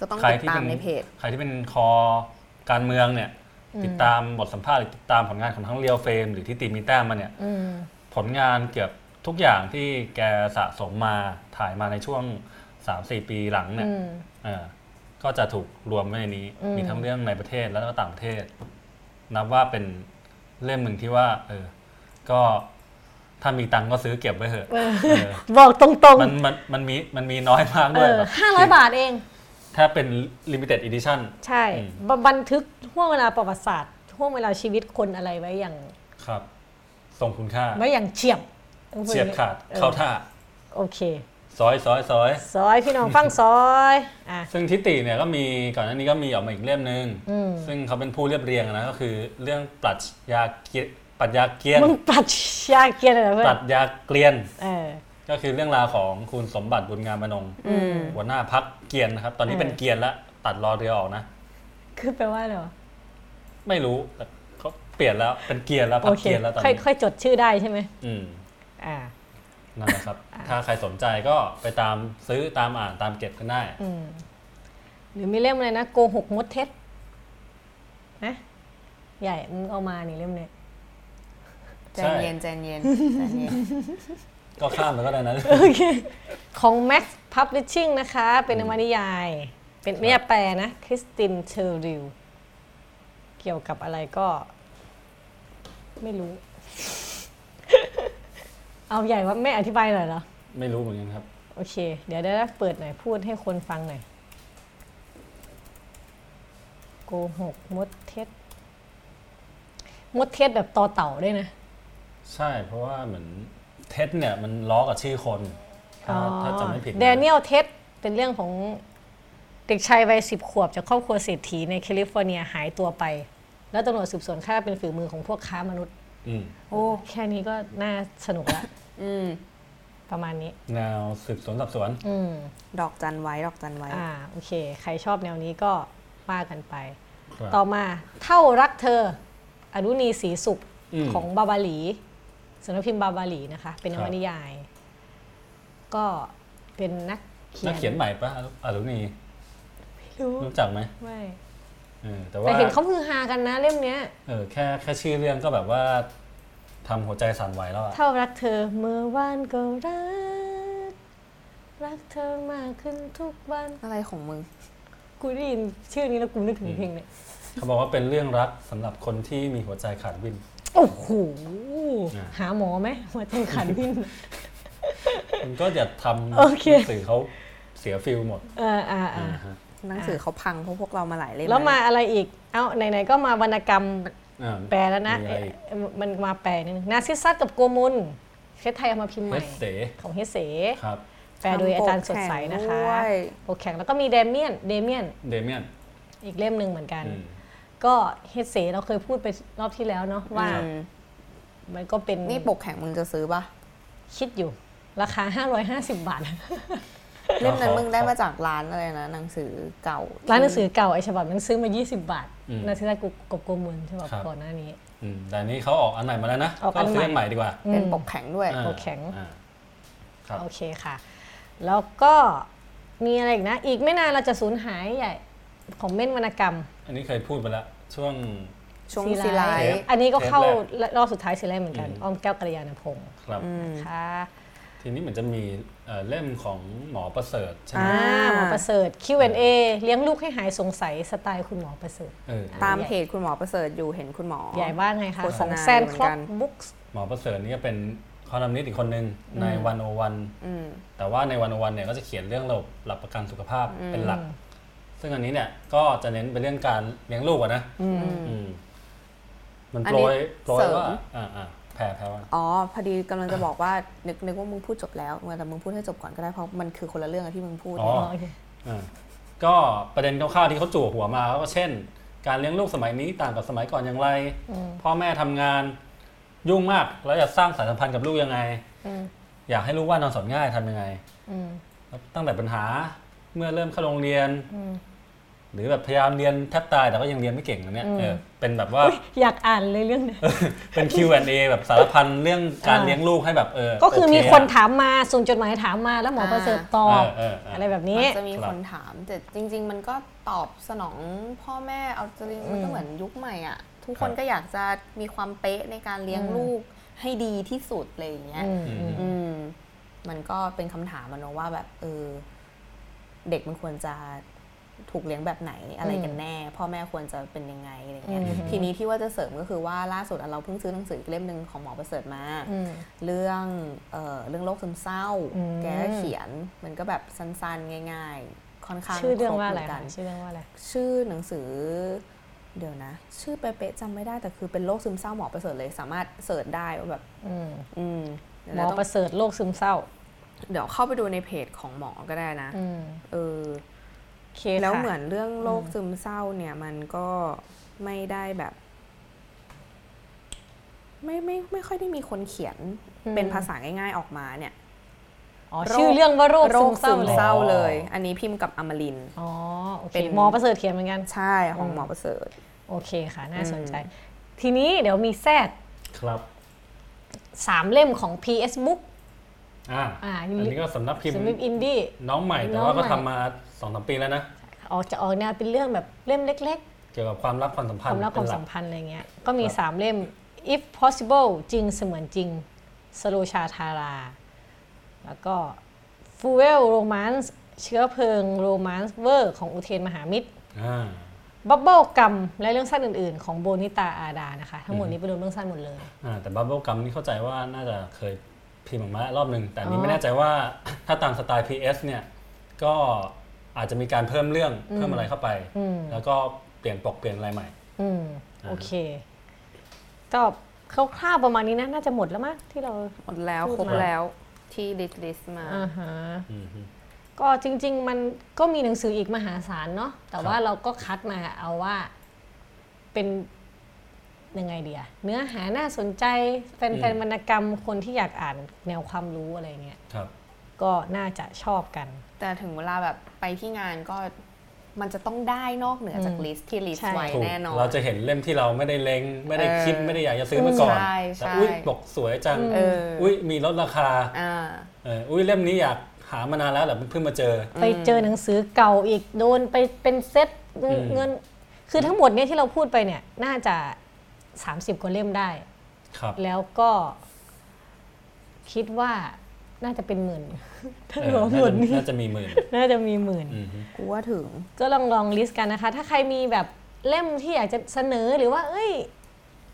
B: ก็ต้อง
A: ใคร
B: ติด
A: ที่
B: ตา
A: เป็
B: ม
A: น
B: ในเพจ
A: ใครที่เป็นคอการเมืองเนี่ย ติดตามบทสัมภาษณ์หรือติดตามผลงานของทั้งเรียวเฟรมหรือที่ตีมีแต้มมาเนี่ย
C: อืม
A: ผลงานเกือบทุกอย่างที่แกสะสมมาถ่ายมาในช่วง 3-4 ปีหลังเนี่ย
C: อืม
A: เออก็จะถูกรวมไว้ในนี้ มีทั้งเรื่องในประเทศแล้วก็ต่างประเทศ นับว่าเป็นเล่มหนึ่งที่ว่า เออ ก็ถ้ามีตังค์ก็ซื้อเก็บไว้เถอะเออ
C: บอกตรง
A: มันมันมันมีมันมีน้อยมาก
C: ๆ เอ
A: ด้วย
C: อ
A: แบบ
C: ห้าร้อยบาทเอง
A: ถ้าเป็น limited edition
C: ใช่
A: อืม
C: บบันทึกห่วงเวลาประวัติศาสตร์ห่วงเวลาชีวิตคนอะไรไว้อย่าง
A: ครับทรงคุณค่า
C: ไว้อย่างเฉียบ
A: เฉียบขาดเข้าท่า
C: โอเค
A: ซอยซอยซอย
C: ซอยพี่น้องฟังซอยอ่ะ
A: ซึ่งทิติเนี่ยก็มีก่อนหน้านี้ก็มีออกมาอีกเล่มหนึ่งซึ่งเขาเป็นผู้เรียบเรียงนะก็คือเรื่องปรัชญาเกียปรัชญาเกียน
C: มึงปรัชญาเกียนอะไรเพื่
A: ป
C: อ
A: รั
C: น
A: ชญาเกลียน
C: เออ
A: ก็คือเรื่องราวของคุณสมบัติบุญงามอนงหัวหน้าพักเกียนนะครับ ตอนนี้
C: เออ
A: เป็นเกียนละตัดรอเรือออกนะ
C: คือแปลว่าอะไรวะ
A: ไม่รู้แต่เขาเปลี่ยนแล้วเป็นเกียนแล้วพั
C: โอก เค
A: เกียนแล้วตอน
C: ค่อย
A: นี้
C: ค่อยจดชื่อได้ใช่ไหม
A: อืม
C: อ่า
A: นั่นแหละครับ ถ้าใครสนใจก็ไปตามซื้อตามอ่านตามเก็บกันได้
C: หรือมีเล่มอะไรนะโกหกมดเท็จนะใหญ่มึงเอามานี่เล่มเนี้ย
B: ใจเย็นใจเย็นใจเย็น
A: ก็ข้ามแล้วก็ได้นะ
C: [laughs] โอเคของ Max Publishing นะคะ เป็นนวนิยาย เป็นนิยายแปลนะ คริสตินเชอริลเกี่ยวกับอะไรก็ ไม่รู้ [laughs] เอาใหญ่ว่าไม่อธิบายหน่อยเหรอ
A: ไม่รู้เหมือนกันครับ
C: โอเค เดี๋ยวได้เปิดหน่อย พูดให้คนฟังหน่อย โกหกมดเท็จ มดเท็จแบบต่อเต่าด้วยนะ
A: ใช่เพราะว่าเหมือนเท็ดเนี่ยมันล้อกับชื่อคนถ้าถ้าจำไม่ผิดนะ
C: เดนิเอลเท็ดเป็นเรื่องของเด็กชายวัยสิบขวบ จากครอบครัวเศรษฐีในแคลิฟอร์เนียหายตัวไป แล้วตำรวจสืบสวนคาดว่าเป็นฝีมือของพวกค้ามนุษย์
A: อืม
C: โอ้ แค่นี้ก็น่าสนุกละ
B: อืม
C: ประมาณนี้
A: แนวสืบสวนสอบสวน
C: อืม
B: ดอกจันไว้ ดอกจันไว้
C: อ่าโอเค ใครชอบแนวนี้ก็ว่ากันไป
A: ครับ
C: ต่อมาเท่ารักเธอ อนุนีสีสุข
A: อืม
C: ของบาบาหลีสำนักพิมพ์บาบาหลีนะคะ เป็นน
A: คว รับ
C: นิยาย ก็เป็นนักเขีย
A: นั
C: น
A: กเขียนใหม่ปะอารุณี
C: รู้
A: รู้จักไหม
C: ไม่
A: เออแต่ว่า
C: แต่เห็นเขาฮือฮากันนะเล่มเนี้ย
A: เออแค่แค่ชื่อเรื่องก็แบบว่าทำหัวใจสั่นไหวแล้วอะ
C: เท่ารักเธอเมื่อวานก็รัก รักเธอมากขึ้นทุกวัน
B: อะไรของมึง
C: กูได้ยินชื่อนี้แล้วกูนึกถึงเพลงเนี่ย
A: เขาบอกว่าเป็นเรื่องรักสำหรับคนที่มีหัวใจขาดวิ
C: [laughs]
A: น
C: โอ้โห
A: อ่ะ
C: หาหมอไหมหัวใจขัน
A: [laughs]
C: วิ่น
A: มันก็อย่าทำ
C: โอเค
A: หนังสื่อเขาเสียฟิลหมด
C: เอออ่าอ่า
A: นะฮะ
B: หนังสือเขาพังพวกพวกเรามาหลายเล่ม
C: แล้วมาอะไรอีก เอ้า ไหน ๆ ก็มาวรรณกรรม
A: อ่า
C: แปลแล้วนะ
A: มีอะไรอีก
C: เอ่อมันมาแปลนิดนึงนาซิสซัตกับโกมุลเทศไทยเอามาพิมพ์ให
A: เฮ
C: ม่
A: สเต
C: ของเฮเส
A: ครับ
C: แปลโดยอาจารย์สดใสนะคะ
B: ด้วย
C: ปกแข็งแล้วก็มีเดเมียน เดเมียน
A: เดเมียน
C: อีกเล่มหนึ่งเหมือนกัน
A: อืม
C: ก็เฮเสเราเคยพูดไปรอบที่แล้วเนาะว่า
B: อืม
C: มันก็เป็น
B: นี่ปกแข็งมึงจะซื้อปะ
C: คิดอยู่ ราคา 550 บาท
B: เล่มนั้นมึงได้มาจากร้านอะไรนะ หนังสือเก่าที่
C: ร้านหนังสือเก่าไอ้ฉบับนั้นซื้อมา 20 บาท นาซิสซัตกับโกมุลฉบับก่อนหน้านี้
A: อืมแต่อันนี้เขาออกอันไหนมาแล้วนะ
C: ออก
A: ก็
C: อันให
A: ซื้อ
C: ม่
A: อันใหม่ดีกว่า
B: เป็นปกแข็งด้วย
A: อ่า
C: ปกแข็ง
A: อ่า ครับ
C: โอเคค่ะ แล้วก็มีอะไรอีกนะ อีกไม่นานเราจะสูญหายใหญ่ของเม่นวรรณกรรม
A: อันนี้เคยพูดไปแล้วช่วง
B: ช่วงซีไล
C: ท์
B: ท์
C: อันนี้ก็เข้า
A: เทปแ
C: รอบสุดท้ายซีไลท์เหมือนกัน
A: อืม
C: อ้อมแก้วกัลยาณพงศ์
A: ครับ
C: นะคะ
A: ทีนี้เหมือนจะมีเอ่อเล่มของหมอประเสริฐใช่ไหม
C: อ่าหมอประเสริฐ Q&A เลี้ยงลูกให้หายสงสัยสไตล์คุณหมอประเสริฐ
A: เออ
B: ตามเพจคุณหมอประเสริฐอยู่เห็นคุณหมอ
C: ใหญ่ว่าไงคะ
B: โฆษณา
C: ของแซน
B: เหมื
C: ค
B: อ
C: ล็
B: น
C: อ
B: กั
C: ก
B: น
C: บุ๊ก
A: หมอประเสริฐนี่ก็เป็นคอลัมนิสต์อีกคนหนึ่งในวันโอวันแต่ว่าในวันโอวันเนี่ยก็จะเขียนเรื่องระบบหลักประกันสุขภาพเป็นหลัก ซึ่งอันนี้เนี่ยก็จะเน้นไปเรื่องการเลี้ยงลูกอะนะอืมมัน
B: อัน
A: โปร
B: นี้
A: ยโปรย
B: เสริม
A: ว่าอ่าอ่าแผ่แผ่ว่า
B: อ๋อ พอดีกำลังจะบอกว่า นึกนึกว่ามึงพูดจบแล้วแต่มึงพูดให้จบก่อนก็ได้เพราะมันคือคนละเรื่องกับที่มึงพูด
A: อ๋อ
C: อ๋อโอเค
A: อ่าก็ประเด็นคร่าวๆที่เขาจู่วหัวมาก็เช่น การเลี้ยงลูกสมัยนี้ต่างกับสมัยก่อนอย่างไร พ่อแม่ทำงานยุ่งมากแล้วจะสร้างสายสัมพันธ์กับลูกยังไง
C: อืม
A: อยากให้ลูกว่านอนสอนง่ายทำยังไง
C: อืม
A: ตั้งแต่ปัญหาเมื่อเริ่มเข้าโรงเรียน
C: อืม
A: หรือแบบพยายามเรียนแทบตายแต่ก็ยังเรียนไม่เก่งนะเนี่ย
C: อืม
A: เออเป็นแบบว่า
C: อุ๊ยอยากอ่านเลยเรื่องเนี้ย
A: เป็น Q&A แบบสารพันเรื่องการ
C: อ่า
A: เลี้ยงลูกให้แบบเออ
C: ก็คือ
A: โเะ
C: มีคนถามมาส่งจดหมายถามมาแล้วหมอประเสริฐตอ
A: เอบ อเออเอออ
C: อะไรแบบนี้
B: มันจะมี
A: ครับ
B: คนถาม แต่จริง ๆ มันก็ตอบสนองพ่อแม่เอาจริงๆมันก็เหมือนยุคใหม่อ่ะ ทุกคนก็อยากจะมีความเป๊ะในการเลี้ยงลูกให้ดีที่สุดอะไรอย่างเงี้ย
C: อืมอืม
B: อืมมันก็เป็นคำถามมันอะว่าแบบเออเด็กมันควรจะถูกเลี้ยงแบบไหนอะไรกันแน่ พ่อแม่ควรจะเป็นยังไงอะไรเงี้ย
C: อืม
B: ทีนี้ที่ว่าจะเสริมก็คือว่าล่าสุดอะเราเพิ่งซื้อหนังสืออีกเล่มหนึ่งของหมอประเสริฐมา
C: อืม
B: เรื่องเออเรื่องโรคซึมเศร้า
C: อืม
B: แกก็เขียนมันก็แบบสั้นๆ ง่าย ๆ ค่อนข้าง
C: ชื่อเรื่องว่าอะไร
B: คบหมืนกั
C: คะชื่อเรื่องว่าอะไร
B: ชื่อหนังสือ เดี๋ยวนะ ชื่อเป๊ะๆจำไม่ได้แต่คือเป็นโรคซึมเศร้าหมอประเสริฐเลย สามารถเสิร์ชได้ว่าแบบ
C: อืม
B: อืมเดี๋ยว
C: หม
B: นะ
C: อ
B: ต้อ
C: ประ
B: ง
C: เสริฐโรคซึมเศร้า
B: เดี๋ยวเข้าไปดูในเพจของหมอก็ได้นะ
C: อืม
B: เออ
C: โอเค
B: แล้ว
C: ค่ะ
B: เหมือนเรื่องโรคซึมเศร้าเนี่ยมันก็ไม่ได้แบบ ไม่ไม่ไม่ค่อยได้มีคนเขียน
C: อืม
B: เป็นภาษาง่ายๆออกมาเนี่ย
C: อ๋อ
B: โรค
C: ชื่อเรื่องว่าโรคซึมเศร้าเลย
A: โค
B: เลย อันนี้พิมพ์กับอมรินทร์
C: อ๋อโอเค
B: เป็น
C: หมอประเสริฐเขียนเหมือนกัน
B: ใช่ของหมอประเสริฐ
C: โอเคค่ะ น่าสนใจ ทีนี้เดี๋ยวมีแทรก
A: ครับ
C: สามเล่มของ PS Book
A: อ่า
C: อ่า
A: อันนี้ก็สำนักพิมพ์
C: สำหรับอินดี้
A: น้องใหม่แต่
C: น้อ
A: ว่าง
C: ใหม่
A: ก็ทำมาสองสามปีแล้วนะ
C: ออกจะออกแนวเป็นเรื่องแบบเล่มเล็ก
A: เกี่ยวกับความรักความสัม
C: ๆ ค
A: พัน
C: วาม
A: ธ์
C: รักค
A: เป็
C: วาม
A: นหลั
C: สั
A: ก
C: มพันธ์อะไรเงี้ย ก็มี
A: ครับ
C: สามเล่ม if possible จริงเสมือนจริง สโลชาทารา แล้วก็ fuel romance เชื้อเพลิง romance เวอร์ของอุเทนมหามิตร
A: อ่า
C: บับเบิลกัมและเรื่องสั้นอื่น ๆ ของโบนิตาอาดานะคะ ทั้งหมดนี้เป็นเรื่องสั้นหมดเลย
A: อ่าแต่บับเบิลกัมนี่เข้าใจว่าน่าจะเคยพิมพ์ออกมาแล้วรอบหนึ่งแต่อัน
C: อ๋
A: นี้
C: อ
A: ไม่แน่ใจว่า [coughs] ถ้าตามสไตล์ PS เนี่ยก็อาจจะมีการเพิ่มเรื่องเพิ่มอะไรเข้าไป
C: อืม
A: แล้วก็เปลี่ยนปกเปลี่ยนอะไรใหม่
C: อืม
A: อ่า
C: โอเค ก็คร่าวๆประมาณนี้นะ น่าจะหมดแล้วมั้งที่เรา
B: หมดแล้ว
C: พูด
B: ครบ
C: มา
B: แล้วที่ลิสต์ลิสต์มา
C: อ่าฮะ
A: อืมฮึ
C: ก็จริง ๆ มันก็มีหนังสืออีกมหาศาลเนาะแต่ว่า
A: ครับ
C: เราก็คัดมาเอาว่าเป็นยังไงเดียเนื้อหาน่าสนใจแฟนๆวรรณกรรมคนที่อยากอ่านแนวความรู้อะไรเงี้ย
A: ครับ
C: ก็น่าจะชอบกัน
B: แต่ถึงเวลาแบบไปที่งานก็มันจะต้องได้นอกเหนือจากลิสต์ที่ลิส
C: ใช่
B: ต์ไว้
A: ถูก
B: แน่นอน
A: เราจะเห็นเล่มที่เราไม่ได้เล็ง ไม่ได้คิด
B: เออ
A: ไม่ได้อยากจะซื้อมาก่อน
B: ใช่ใช่
A: แต่อุ้ยปกสวยจัง
B: เออ
A: อุ้ยมีลดราคา
B: อ่า
A: เอออุ้ยเล่มนี้อยากหามานานแล้วแต่เพิ่งมาเจอ
C: ไปเจอหนังสือเก่าอีกโดนไปเป็นเซ็ต
A: อืม
C: เงิน คือทั้งหมดเนี่ยที่เราพูดไปเนี่ย น่าจะ 30 กว่าเล่มได้
A: ครับ
C: แล้วก็คิดว่าน่าจะเป็นหมื่นถ้า
A: เอ
C: ร
A: อ
C: วมห
A: น่าม
C: ด
A: จะ
C: นี้
A: น่าจะมีหมื่น
C: น่าจะมีหมื่น
A: อืมฮึ
B: กูว่าถึง
C: ก็ลองลองลิสต์กันนะคะ ถ้าใครมีแบบเล่มที่อยากจะเสนอหรือว่า เอ้ย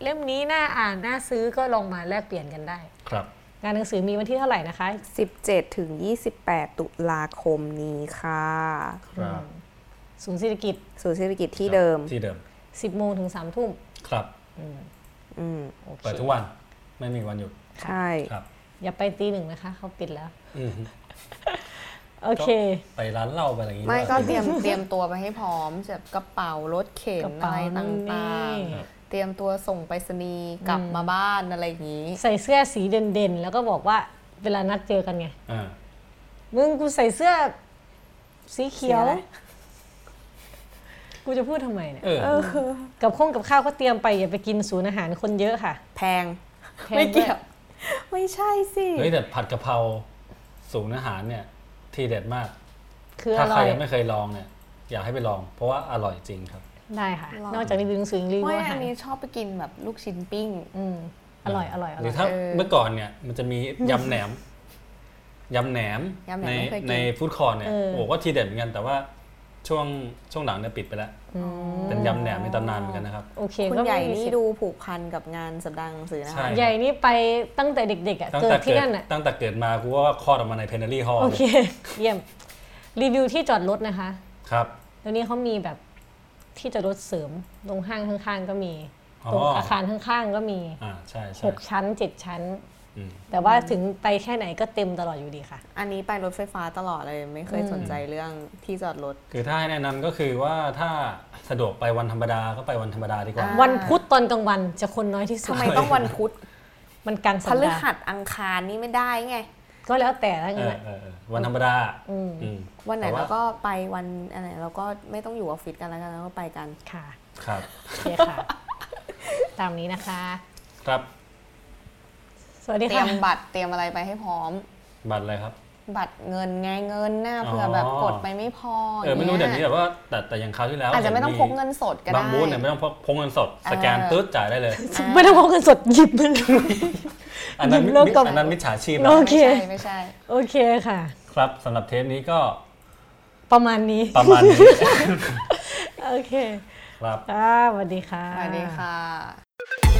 C: เล่มนี้น่าอ่านน่าซื้อก็ลองมาแลกเปลี่ยนกันได้
A: ครับ
C: งานหนังสือมีวันที่เท่าไหร่นะคะ
B: 17 ถึง 28 ตุลาคมนี้ค่ะ
A: ครับ
C: ศูนย์เศรษฐกิจ
B: ศูนย์เศรษฐกิจที่เดิม
A: ที่เดิม
C: 10 โมงถึง3ทุ่ม
A: ครับ
B: อืม
C: โอเค
A: เปิดทุกวันไม่มีวันหยุด
B: ใช่
A: ครับ
C: อย่าไปตีหนึ่งนะคะ เขาปิดแล้ว
A: อืมฮึ
C: โอเค
A: ไปร้านเหล้าไปอะไรอย่างงี้
B: ไม่
A: ด้วย
B: ก็เตรียม [laughs] เตรียมตัวไปให้พร้อมแบบกระเป๋ารถเข็น
C: กระ
B: อะ
C: เป๋า
B: ไรต่าง
C: นี่
B: ๆ เตรียมตัวส่งไปรษณีย์กลับมาบ้านอะไรอย่างนี้
C: ใส่เสื้อสีเด่นๆ แล้วก็บอกว่าเวลานัดเจอกันไง
A: อ่า
C: มึงกูใส่เสื้อสีเขียว
B: สีอะไร
C: กูจะพูดทำไมเนี่ย
A: เออ
C: กับข้องกับข้าวก็เตรียมไปอย่าไปกินศูนย์อาหารคนเยอะค่ะ
B: แพง
C: แพง
B: ไม่เกี่
C: ด้
B: ยว ว ไม่ใช่สิ
A: เฮ้ยแต่ผัดกะเพราสูงอาหารเนี่ย ทีเด็ดมาก
C: คืออ
A: ถ้าใค
C: ร่
A: ร
C: อย
A: ยังไม่เคยลองเนี่ย อยากให้ไปลอง เพราะว่าอร่อยจริงครับ
C: ได้ค่ะ
B: ลอง
C: นอกจากรีวิวหนังสือยังรีวิ
B: ไม่
C: วอา
B: อั
C: หาร
B: นนี้ชอบไปกินแบบลูกชิ้นปิ้ง
C: อืมอร่อยอร่อยอ
A: ห
C: ร่
A: รือ อย ถ้า
B: เออ
A: เมื่อก่อนเนี่ย มันจะมียำแหนมยำแหนม
B: ยำแหนม
A: ใน
B: ไม่เคยกิน
A: ในฟู้ดคอร์ทเนี่ย
C: เออ
A: โอ้ก็ทีเด็ดเหมือนกันแต่ว่าช่วงช่วงหลังเนี่ยปิดไปแล้ว เป็นยำแหนมในตำนานเหมือนกันนะครับ
C: โอเค
B: คุณ
C: ก็
B: ใหญ่
C: ไม่มี
B: นี่
C: สิทธิ์
B: ดูผูกพันกับงานสัปดาห์หนังสือนะ
A: ใช่
B: คะ
C: ใหญ่นี่ไปตั้งแต่เด็กๆอ่ะ
A: ตั้ง
C: เกิ
A: แต่
C: ดที่นั่นอ่ะ
A: ตั้งแต่เกิดมากูว่าคลอดออกมาในเพนนารี่ฮอล
C: โอเค เยี่ยม รีวิวที่จอดรถนะคะ
A: ครับ
C: เดี๋ยวนี้เขามีแบบที่จอดรถเสริมตรงห้างข้างๆก็มี
A: อ๋อ
C: ตรงอาคารข้างๆก็มี
A: อ่าใช่ใช่
C: หกชั้นเจ็ดชั้น
A: อืม
C: แต่ว่าถึงไปแค่ไหนก็เต็มตลอดอยู่ดีค่ะ
B: อันนี้ไปรถไฟฟ้าตลอดเลย ไม่เคยสนใจเรื่องที่จอดรถ
A: คือถ้าให้แนะนำก็คือว่าถ้าสะดวกไปวันธรรมดาก็ไปวันธรรมดาดีกว่า
B: อ่า
C: วันพุธตอนกลางวันจะคนน้อยที่สุด
B: ทำไมต้องวันพุธ
C: มันกลาง
B: พ
C: สัป
B: ฤ
C: ดาห์
B: หัสอังคารนี่ไม่ได้ไง
C: ก็แล้วแต่แล้วกัน
A: เออ
C: อะ
A: เออเออวันธรรมดาอืม
B: วันไหน
A: แต่
B: เราก็ไปวันอะไรเราก็ไม่ต้องอยู่ออฟฟิศกันแล้วกันเราก็ไปกัน
C: ค่ะ
A: ครับ
C: โอเคค่ะ ตามนี้นะคะ
A: ครับ
C: สวัสดี
B: เตรี
C: ค่ะ
B: ยมบัตรเตรียมอะไรไปให้พร้อม
A: บัตรอะไรครับ
B: บัตรเงินไงเงินหน้า
A: อ๋อ
B: เผื่อแบบกดไปไม่พอ
A: เออไม่รู้
B: อ
A: เดี๋ย
B: ย่าว ง
A: นี้
B: เงี้ย
A: แต่ว่าแต่แต่อย่างคราวที่แล้ว
B: อาจจะไม่ต้องพกเงินสดก็
A: บาง
B: ได้
A: บูธเนี่ยไม่ต้องพกพกเงินสด สแกน
B: เออ
A: ตึ๊ดจ่ายได้เลย
C: ไม่ต้องพกเงินสดหยิบมัน
A: อันนั้น
C: หยิ
A: มิ
C: บแล้วกด
A: อันนั้นมิจฉาชีพ
C: โอ
A: นะ
C: เค
B: ไม่ใช่ไม่ใช่
C: โอเคค่ะ
A: ครับสำหรับเทปนี้ก็
C: ประมาณนี้
A: ประมาณนี้
C: โอเค
A: ครับ
C: ค่ะสวัสดีค่ะ
B: สวัสดีค่ะ